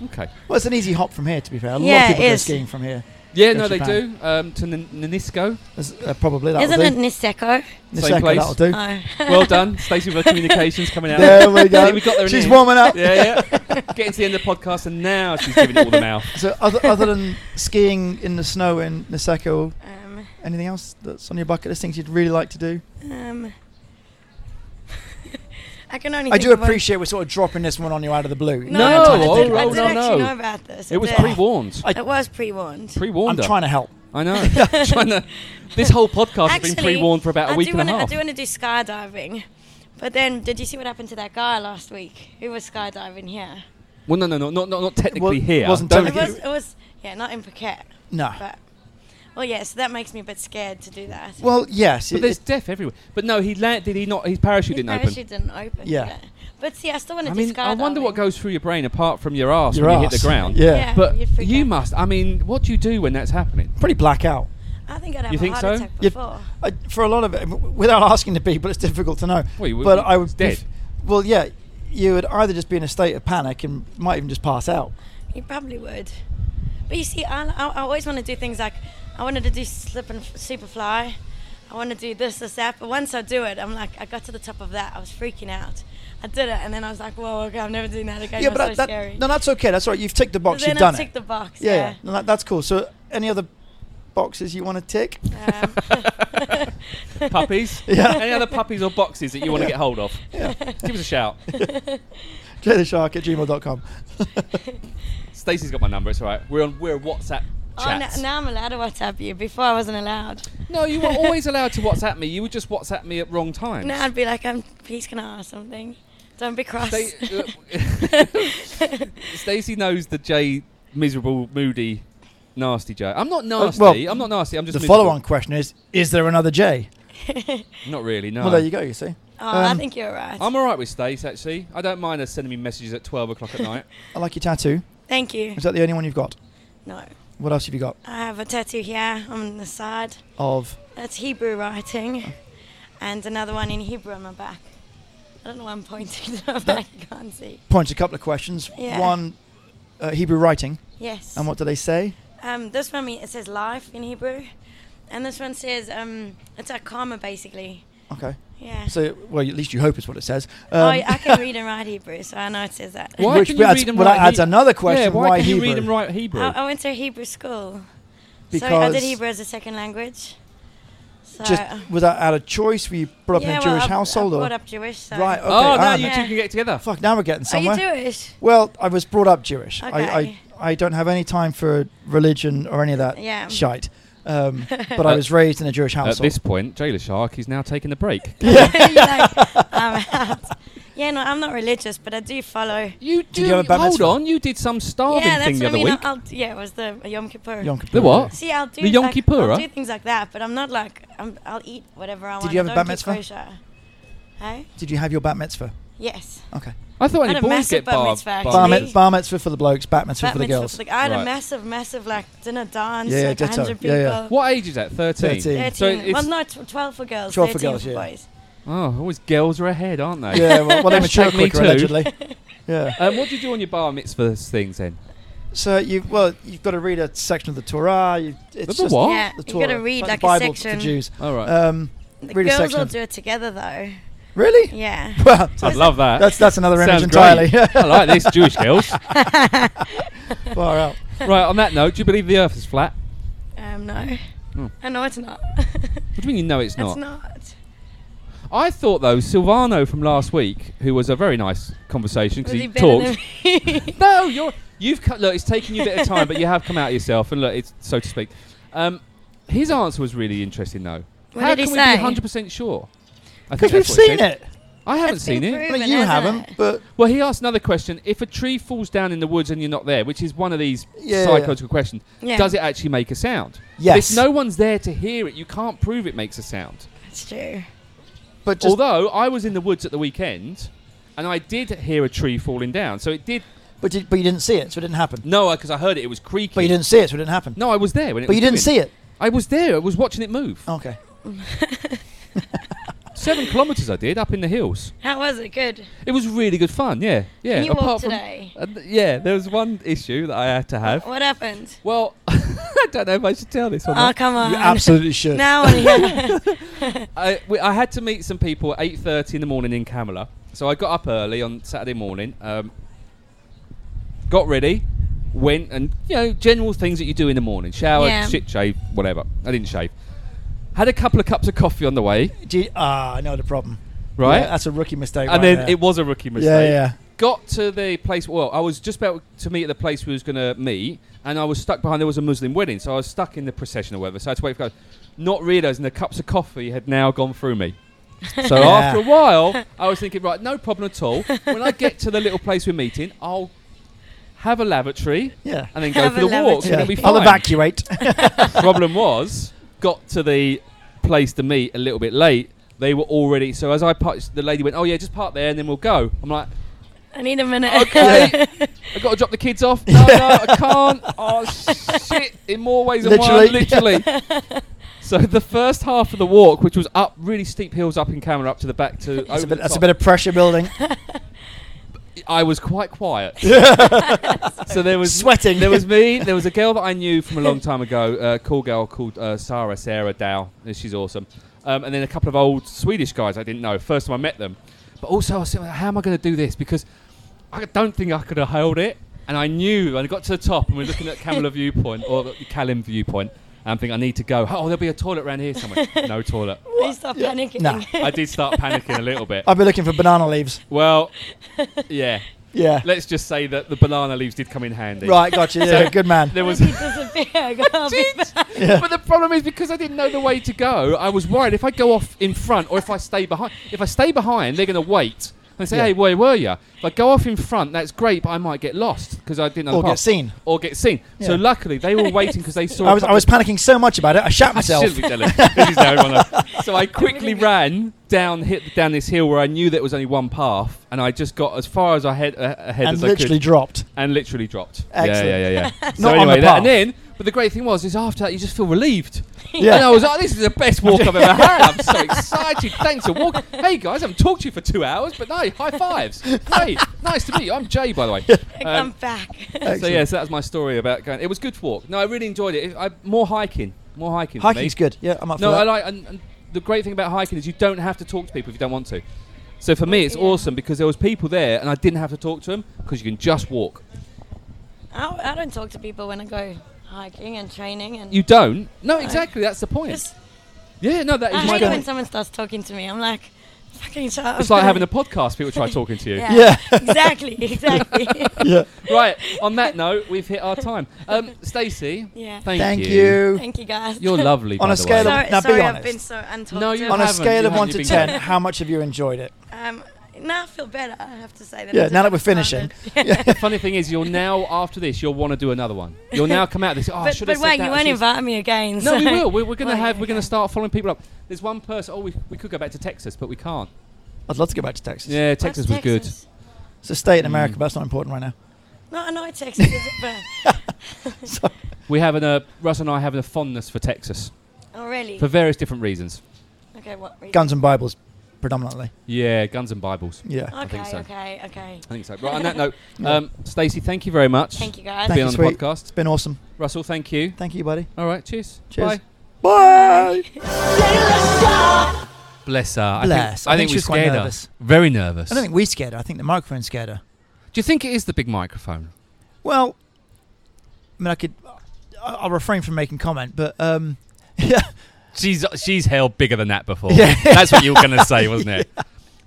Okay.
Well, it's an easy hop from here, to be fair. A lot
Yeah,
of people
it
go
is.
skiing from here.
Yeah,
Go
no,
to
they do.
Japan.
Um, to N- Nanisco.
There's, uh, probably that'll
Isn't
do.
it Niseko?
Niseko,
Same place.
That'll do.
Oh.
Well
(laughs)
done, Stacey with her communications coming out.
There we go.
See, (laughs) we got there in
She's
the end. (laughs)
warming up.
Yeah, yeah. Getting to the end of the podcast, and now she's giving it all the
(laughs)
mouth.
So, other, other than skiing in the snow in Niseko,
um,
anything else that's on your bucket list? Things you'd really like to do?
um, (laughs) I can only.
I
think
do
of one-
appreciate we're sort of dropping this one on you out of the blue. You
No,
don't have
I
time to
did,
oh,
think
I
about
oh,
did
no,
it.
actually
no.
know about this.
It was
did.
pre-warned.
I-
It was pre-warned.
Pre-warned.
I'm
her.
(laughs)
trying to help.
I know. (laughs) trying to, this whole podcast has been
Actually,
pre-warned for about a
I
week
do
and a
wanna,
half.
I do want to do skydiving, but then did you see what happened to that guy last week who was skydiving here?
Well, no, no, no, not, not, not technically
It wa-
here.
wasn't
Don't
It
Okay.
was, it was, yeah, not in Phuket,
No.
but well, yeah. So that makes me a bit scared to do that.
Well,
(laughs)
yes.
But
It,
there's
it,
death everywhere. But no, he land, did he not? His parachute
His
didn't
parachute
open.
didn't open.
Yeah.
But see, I still want to
I
do
mean, I
skydiving.
wonder what goes through your brain apart from your ass
your
when you
ass.
hit the ground.
Yeah.
Yeah.
But
you'd freak
you
out.
must. I mean, what do you do when that's happening?
Pretty blackout.
I think I'd have
You
a
think
heart
so?
attack
You'd-
before.
I, for a lot of it, w- without asking the people, it's difficult to know.
Well, you would-
but I would.
it's dead.
Well, yeah. You would either just be in a state of panic and might even just pass out.
You probably would. But you see, I, I, I always want to do things like I wanted to do slip and f- super fly. I want to do this, this, that. But once I do it, I'm like, I got to the top of that. I was freaking out. I did it, and then I was like, whoa, okay, I'm never doing that again.
yeah,
That's
but
so
that, that-
scary.
no, that's okay. That's all right. You've ticked the
But
box.
then
You've done
I ticked
it.
the box.
yeah,
Yeah.
yeah. No, that- that's cool. So, any other boxes you want to tick?
(laughs)
Um,
Puppies?
(laughs) Yeah.
Any other puppies or boxes that you want to
Yeah.
get hold of?
(laughs)
Yeah.
Give us a shout.
JayTheShark at gmail.com.
Stacey's got my number. It's all right. We're on. We're WhatsApp
(laughs) oh,
chats.
no, now I'm allowed to WhatsApp you. Before I wasn't allowed.
no. you were always allowed to WhatsApp me. You would just WhatsApp me at wrong times.
Now I'd be like, I'm please can I ask something? Don't be cross. (laughs)
uh, Sta- Stacey knows the J miserable, moody, nasty J. I'm not nasty.
Uh, well,
I'm not nasty. I'm just
The
miserable.
follow on question is Is there another J?
Not really. No.
Well, there you go, you see.
oh, I
Um,
think you're right.
I'm all right with Stace actually. I don't mind her sending me messages at 12 o'clock at
(laughs)
night.
I like your tattoo.
Thank you.
Is that the only one you've got?
No.
What else have you got?
I have a tattoo here on the side.
Of
That's Hebrew writing, and another one in Hebrew on my back. I don't know why I'm pointing (laughs) to my back. I can't see.
points, a couple of questions.
Yeah.
One, uh, Hebrew writing,
Yes.
and what do they say?
Um, this one me- it says life in Hebrew, and this one says um, it's like karma basically.
Okay.
Yeah.
So, well, at least you hope it's what it says.
oh,
Um,
I I can read and write Hebrew, so I know it
(laughs)
says that.
Why
Which
can you
adds-
read and
well,
write
that adds
He-
another question,
Yeah, why,
why
can you read
Hebrew?
and write Hebrew?
I, I went to a Hebrew school,
because
so I did Hebrew as a second language. So uh,
Just was that out of choice? Were you brought up in
Yeah,
a
well,
Jewish
I-
household,
I
or
brought up Jewish. So.
Right, okay.
oh, now
ah,
you
yeah.
two can get together.
fuck? Now we're getting somewhere.
Are
(laughs)
you Jewish? (laughs)
Well, I was brought up Jewish. I, I
Okay.
I don't have any time for religion or any of that
Yeah.
shite.
(laughs)
Um, but
Uh,
I was raised in a Jewish
At
household.
this point, Jailer Shark is now taking a break.
You're like, I'm out. Yeah, no, I'm not religious, but I do follow.
You
Did
do.
you have a bat
hold
mitzvah?
on, you did some starving
yeah,
thing
that's
the
what I
other
mean.
week.
I'll, I'll- yeah, it was the Yom Kippur.
(laughs) Yom Kippur.
The what?
See, I'll do
The Yom
like,
Kippur,
I'll
huh?
do things like that, but I'm not like I'm, I'll eat whatever I
Did
want.
you have
I
a
don't
bat
keep
mitzvah?
kosher. Hey?
Did you have your bat mitzvah?
Yes.
Okay.
I thought
I
only
had a
boys
massive
get
bat
bar.
mitzvah,
bar-
Bar,
me?
mit- bar mitzvah for the blokes, bat mitzvah
Bat
for the
mitzvah
girls.
like, I had
Right.
a massive, massive like dinner dance.
Yeah, yeah,
like
ditto.
100 people.
Yeah, yeah.
What age is that? 13?
13.
13.
So it's,
well, no, tw- 12 for girls.
12 for
13
girls, yeah.
boys.
Oh, always girls are ahead, aren't they?
yeah, well, well they mature
Hashtag me
quicker
too.
allegedly.
(laughs)
Yeah.
(laughs) Um, what do you do on your bar mitzvah things then?
So you well, you've got to read a section of the Torah. You, it's
Oh, The
just
what?
Yeah,
The
you got
Torah,
to read
the
like
Bible
a section.
for Jews.
All right.
Um,
The
read a
girls
section
all
of-
do it together though.
(laughs)
Really?
Yeah. (laughs)
Well,
I'd love that.
that's that's another image
Sounds
entirely. (laughs)
great. (laughs) I like this Jewish girls.
Far out.
Right, on that note, do you believe the Earth is flat?
Um, no.
Oh.
I know it's not.
What do you mean you know it's not?
It's not.
I thought though Silvano from last week, who was a very nice conversation
Was
because
he
he
better than
talked.
(laughs)
me?
(laughs) No, you're
(laughs)
you've cut. Look, it's taken you a bit of time, but you have come out of yourself, and look, it's so to speak. Um, his answer was really interesting though.
What
How
did he
can
say?
we be hundred percent sure? I think
Because we've
that's what he
seen
said.
it.
I haven't
It's
seen
been
it.
proven,
I mean, you
hasn't
haven't,
it?
but
Well, he asked another question. If a tree falls down in the woods and you're not there, which is one of these
Yeah.
psychological questions,
Yeah.
does it actually make a sound?
Yes.
If no one's there to hear it, you can't prove it makes a sound.
That's true.
but just
Although I was in the woods at the weekend, and I did hear a tree falling down. So it did.
but you, but you didn't see it, so it didn't happen.
No, because I heard it. It was creaking.
But you didn't see it, so it didn't happen.
No, I was there when it.
but you
was
didn't
doing
see it.
I was there. I was watching it move.
Okay.
Seven kilometres I did up in the hills.
How was it? Good.
It was really good fun. Yeah, yeah.
And you walked
Apart from-
today.
uh, th- yeah, there was one issue that I had to have.
What happened?
Well, (laughs) I don't know if I should tell this or
Oh,
not.
come on.
You absolutely should.
Now I
(laughs)
wanna hear.
I, we, I had to meet some people at 8.30 in the morning in Camilla. So I got up early on Saturday morning, um, got ready, went and, you know, general things that you do in the morning. Shower,
Yeah.
shit shave, whatever. I didn't shave. Had a couple of cups of coffee on the way,
Do you, ah, I know the problem.
right?
Yeah, that's a rookie mistake.
and
right
then
there.
it was a rookie mistake.
Yeah, yeah.
Got to the place. Well, I was just about to meet at the place we was going to meet, and I was stuck behind. There was a Muslim wedding, so I was stuck in the procession or whatever. So I had to wait for. Not realizing the cups of coffee had now gone through
(laughs)
me. So
Yeah.
after a while, I was thinking, right, no problem at all. When I get to the little place we're meeting, I'll have a lavatory
Yeah.
and then go
Have
for
a
the walk.
lavatory.
and it'll be
I'll
fine.
evacuate.
problem was, got to the place to meet a little bit late. They were already so as I parked, the lady went, "Oh yeah, just park there, and then we'll go." I'm like,
I need a minute.
"Okay, I got to drop the kids
(laughs)
off." No, no, I can't. Oh shit! In more ways than one,
Literally.
literally.
(laughs)
so the first half of the walk, which was up really steep hills up in camera up to the back to
that's,
over
a bit,
the
that's a
top,
bit of
(laughs)
pressure building. (laughs)
I was quite quiet. so there was
Sweating.
There was
(laughs)
me. There was a girl that I knew from a long time ago. A cool girl called uh, Sarah Sarah Dow. She's awesome. Um, and then a couple of old Swedish guys I didn't know. First time I met them. But also I was thinking, how am I going to do this? Because I don't think I could have held it. And I knew. And I got to the top, and we're looking at
(laughs)
Camilla viewpoint or the Calim viewpoint. And I'm thinking, I need to go. Oh, there'll be a toilet around here
(laughs)
somewhere. no toilet.
(laughs) Please stop panicking.
Nah.
(laughs)
I did start panicking a little bit.
I'll be looking for banana leaves.
Well, yeah.
Yeah.
Let's just say that the banana leaves did come in handy.
Right, gotcha. Yeah, good man.
There was.
If you disappear,
(laughs)
I'll be back.
But the problem is because I didn't know the way to go, I was worried if I go off in front or if I stay behind. If I stay behind, they're going to wait and say,
Yeah.
"Hey, where were you?" If I go off in front, that's great, but I might get lost because I didn't know
Or
the
get
path.
seen.
Or get seen. So
Yeah.
luckily, they were waiting because they saw.
(laughs) I was, I was panicking so much about it, I shat
I
myself.
shouldn't be telling.
(laughs)
This is how everyone knows. So I quickly ran down hit down this hill where I knew there was only one path, and I just got as far as I head uh, ahead
and
as I could
literally dropped.
and literally dropped.
(laughs) Excellent.
Yeah, yeah, yeah.
(laughs)
yeah. so
Not on
anyway,
the
that,
path.
and then, but the great thing was, is after that you just feel
(laughs)
relieved.
Yeah.
And I was like, this is the best walk I've ever had. I'm
(laughs)
so excited. Thanks for walking. Hey guys, I haven't talked to you for two hours, but no, high fives. Hey, nice to meet you. I'm Jay, by the way.
(laughs)
I'm
Um,
back.
so yeah, so that was my story about going. It was good walk. No, I really enjoyed it. It- I, more hiking. More hiking. for me.
Hiking's good. Yeah, I'm up
No,
for
I
that.
like. And, and the great thing about hiking is you don't have to talk to people if you don't want to. So for me, it's
Yeah.
awesome because there was people there and I didn't have to talk to them because you can just walk.
I, I don't talk to people when I go hiking and training and
You don't. No, exactly. That's the point.
just,
yeah, no, that
I
is my
hate it when
point.
someone starts talking to me. I'm like, fucking shut up.
It's like
(laughs)
having a podcast. People try talking to you.
(laughs) yeah,
Yeah. (laughs)
exactly, exactly.
yeah.
Right. On that note, we've hit our time.
(laughs)
Um, Stacey,
Yeah.
thank,
Thank
you.
you.
Thank you guys.
You're lovely.
(laughs)
by
On a
the
scale
way.
of-
sorry,
Now, be
sorry I've
honest.
been so untalkative.
No, you
(laughs) On a
haven't,
scale
you
of 1
haven't
to
been
10,
good.
how much have you enjoyed it?
Um, now I feel better. I have to say that.
Yeah,
I just
now that we're
started.
finishing. (laughs)
(laughs)
the funny thing is, you'll now after this, you'll want to do another one. You'll now come out of this. Oh, I
but
should
but
have said
wait,
that. I
you won't
should've-
invite me again.
No,
so.
we will. We're, we're
(laughs)
gonna
Right,
have. We're gonna
okay.
start following people up. There's one person. Oh, we, we could go back to Texas, but we can't.
I'd love to go back to Texas.
Yeah, Mm. Texas was
That's
good.
Texas.
It's a state in America, but that's not important right now.
No, I know it's Texas, is it?
We have an. Uh, Russ and I having a fondness for Texas
But oh, really?
for various different reasons.
Okay, what? reason?
Guns and Bibles, predominantly.
Yeah, guns and Bibles.
Yeah.
Okay,
think so.
okay, okay.
I think so. Right, on that
(laughs)
note, um, Stacey, thank you very much.
Thank you guys.
Thank
Being
you,
on the
sweet.
podcast.
It's been awesome.
Russell, thank you.
Thank you, buddy.
All right, cheers.
Cheers.
Bye.
Bye.
Bless her. I
Bless.
think, I
I think
think
she
we
was quite
scared her.
nervous.
Very nervous.
I don't think we scared her. I think the microphone scared her.
Do you think it is the big microphone?
Well, I mean, I could. I- I'll refrain from making comment, but um, (laughs) yeah,
She's she's held bigger than that before.
Yeah.
That's what you were
(laughs)
going to say, wasn't it?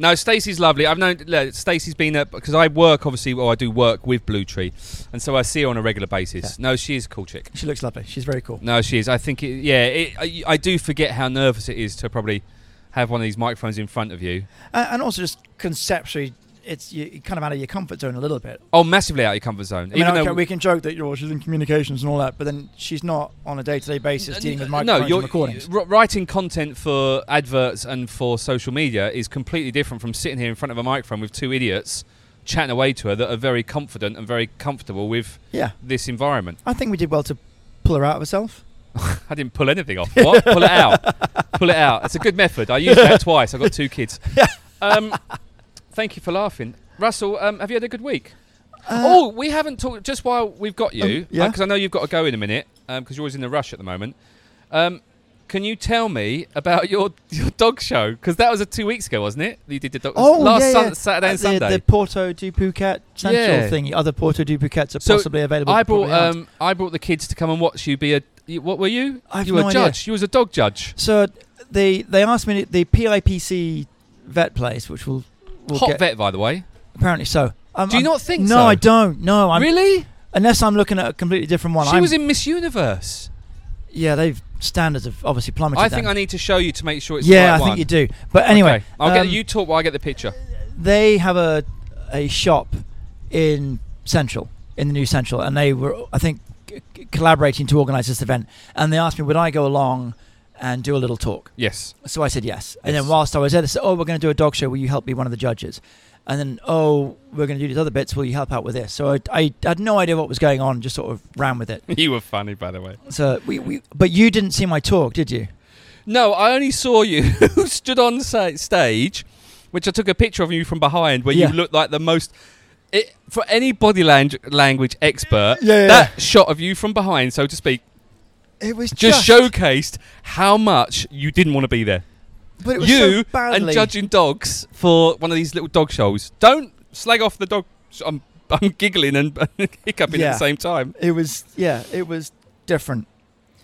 No, Stacey's lovely. I've known look, Stacey's been at because I work obviously. Well, I do work with Blue Tree, and so I see her on a regular basis. No, she is a cool chick.
she looks lovely. She's very cool.
No, she is. I think it, yeah. It, I, I do forget how nervous it is to probably have one of these microphones in front of you.
And, and also, just conceptually, it's you you're kind of out of your comfort zone a little bit.
Oh, massively out of your comfort zone.
I mean,
Even
okay,
though
we can joke that you're she's in communications and all that, but then she's not on a day-to-day basis dealing with microphones and recordings.
Uh, r- writing content for adverts and for social media is completely different from sitting here in front of a microphone with two idiots chatting away to her that are very confident and very comfortable with
Yeah,
this environment.
I think we did well to pull her out of herself.
I didn't pull anything off. What? pull it out. Pull it out. It's a good method. I used that twice. I've got two
(laughs)
kids. Um, thank you for laughing. Russell, um, have you had a good week? oh, we haven't talked. Just while we've got you,
Uh, Um, yeah.
because I know you've got to go in a minute, because you're always in a rush at the moment. Um, can you tell me about your your dog show? Because that was a two weeks ago, wasn't it? You did the dog
Oh,
last
yeah,
Sun-
yeah.
Saturday and
the,
Sunday.
the Porto du Phuket central
Yeah.
thing. Other Porto du Phuquets are
So,
possibly available.
I
but probably
brought
aren't.
um, I brought the kids to come and watch you be a. you- What were you?
I have
you were
no
a
idea.
judge. You was a dog judge.
So they they asked me to- the PIPC vet place, which will will
Hot
get,
vet, by the way.
apparently so. Um,
Do you
I'm-
not think
no,
so?
I don't. No, I'm,
really?
unless I'm looking at a completely different one.
she
I'm-
was in Miss Universe.
yeah, they've standards have obviously plummeted.
I think
then.
I need to show you to make sure it's the
yeah,
right
I think
one.
you do. But anyway,
Okay, I'll
um,
get you talk while I get the picture.
They have a a shop in Central in the new Central, and they were I think c- c- collaborating to organise this event, and they asked me would I go along and do a little talk.
Yes.
So I said yes. (laughs) And
Yes.
then whilst I was there, they said, "Oh, we're going to do a dog show. Will you help be one of the judges?" And then, "Oh, we're going to do these other bits. Will you help out with this?" So I, I had no idea what was going on. Just sort of ran with it.
you were funny, by the way.
So we, we but you didn't see my talk, did you?
No, I only saw you (laughs) stood on sa- stage, which I took a picture of you from behind, where
Yeah.
you looked like the most. It, for any body lang- language expert,
Yeah, yeah,
that shot of you from behind, so to speak,
It was
just, showcased how much you didn't want to be there.
but it was
you
so badly.
and judging dogs for one of these little dog shows. Don't slag off the dog. sh- I'm, (laughs) I'm giggling and (laughs) hiccuping at
Yeah.
the same time.
It was yeah, it was different.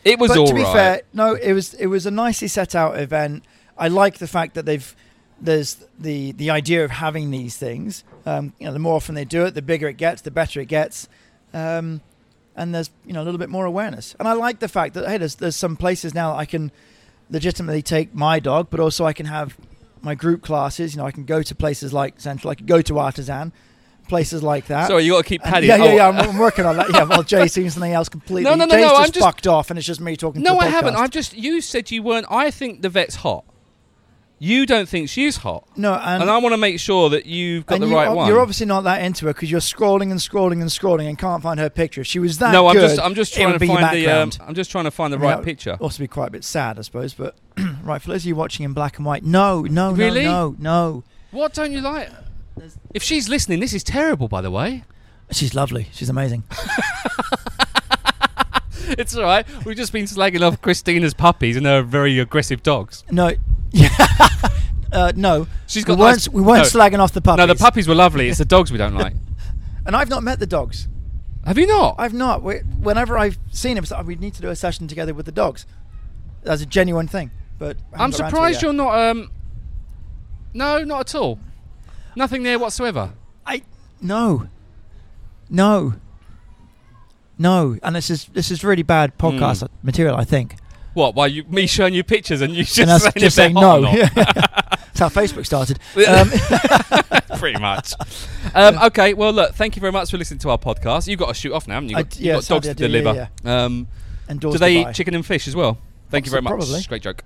It was
but
all
to be
right.
fair, no, it was it was a nicely set out event. I like the fact that they've there's the the idea of having these things. Um, you know, the more often they do it, the bigger it gets, the better it gets, um, and there's you know a little bit more awareness. And I like the fact that hey, there's there's some places now that I can legitimately take my dog, but also I can have my group classes. You know, I can go to places like Central, I can go to Artisan, places like that.
Sorry, you got to keep
And-
padding.
uh, yeah, yeah,
Oh,
yeah. I'm, I'm working on that. Yeah, well, Jay's seen something else completely.
No, no, no,
Jay's
no,
just
I'm just-
fucked off, and it's just me talking.
(laughs) no,
to the
I haven't.
podcast.
I've just. You said you weren't. I think the vet's hot. You don't think she's hot,
No, and,
and, I want to make sure that you've got
and
the
you,
right
ob-
one.
You're obviously not that into her because you're scrolling and scrolling and scrolling and can't find her picture. If she was that
no, I'm
good,
just. I'm just
it
trying
would
to
be your
find the. Um,
background.
I'm just trying to find the
I mean,
right
that would
picture.
Also, be quite a bit sad, I suppose. But (clears throat) right, for those of you watching in black and white, no, no, no,
Really?
no, no.
What don't you like? If she's listening, this is terrible. By the way,
She's lovely. She's amazing.
it's all right. We've just been slagging off Christina's puppies and her very aggressive dogs.
No, (laughs) uh, no.
She's
we
got
weren't,
nice-
we weren't
no.
slagging off the puppies.
No, the puppies were lovely. It's the dogs we don't
(laughs)
like.
And I've not met the dogs.
Have you not?
I've not. We, whenever I've seen him, it's like, we need to do a session together with the dogs. That's a genuine thing. But I
I'm
haven't got round to it
surprised
yet.
you're not. Um, no, not at all. Nothing there whatsoever.
I no, no, no. And this is this is really bad podcast
Hmm.
material.
(laughs)
I think.
What? Why you me showing you pictures and you just
and us
saying, if
just
they're
saying
hot or
no. (laughs)
not?
That's how Facebook
(laughs)
started. Um,
Pretty much. Um, okay. Well, look. Thank you very much for listening to our podcast. You've got to shoot off now, haven't you?
I
You've got,
d- yeah,
you've got dogs
sadly I
to
do, yeah,
deliver. Um,
and doors
do
to
they
buy.
eat chicken and fish as well? Thank you very much.
Probably.
Great joke.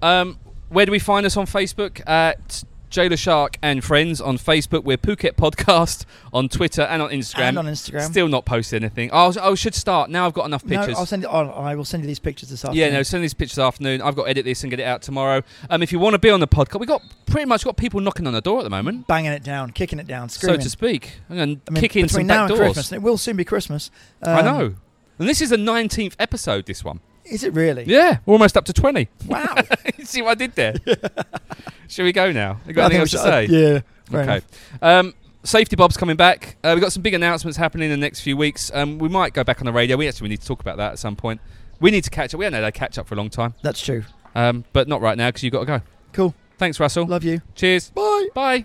Um, where do we find us on Facebook? At Jailer Shark and Friends on Facebook. We're Phuket Podcast (laughs) on Twitter and on Instagram.
And on Instagram.
Still not posted anything. I I should start now. I've got enough
No,
pictures.
I'll send it on. I will send you these pictures this afternoon.
Yeah, no, send these pictures this afternoon. I've got to edit this and get it out tomorrow. Um, if you want to be on the podcast, we've got pretty much got people knocking on the door at the moment,
banging it down, kicking it down,
so
screaming.
to speak, and
I mean,
kicking some
between now
back
and
doors.
Christmas, and it will soon be Christmas.
I
um,
know. And this is the 19th episode, this one.
Is it really?
Yeah, we're almost up to 20. (laughs)
Wow.
See what I did
(laughs)
there? Shall we go now? You got
I
anything
think
else to say?
we should- uh, Yeah. fair
Okay.
enough.
Um, Safety Bob's coming back. Uh, we've got some big announcements happening in the next few weeks. Um, we might go back on the radio. We actually need to talk about that at some point. We need to catch up. We haven't had a catch up for a long time,
That's true.
um, but not right now because you've got to go.
Cool.
Thanks, Russell.
Love you.
Cheers.
Bye.
Bye.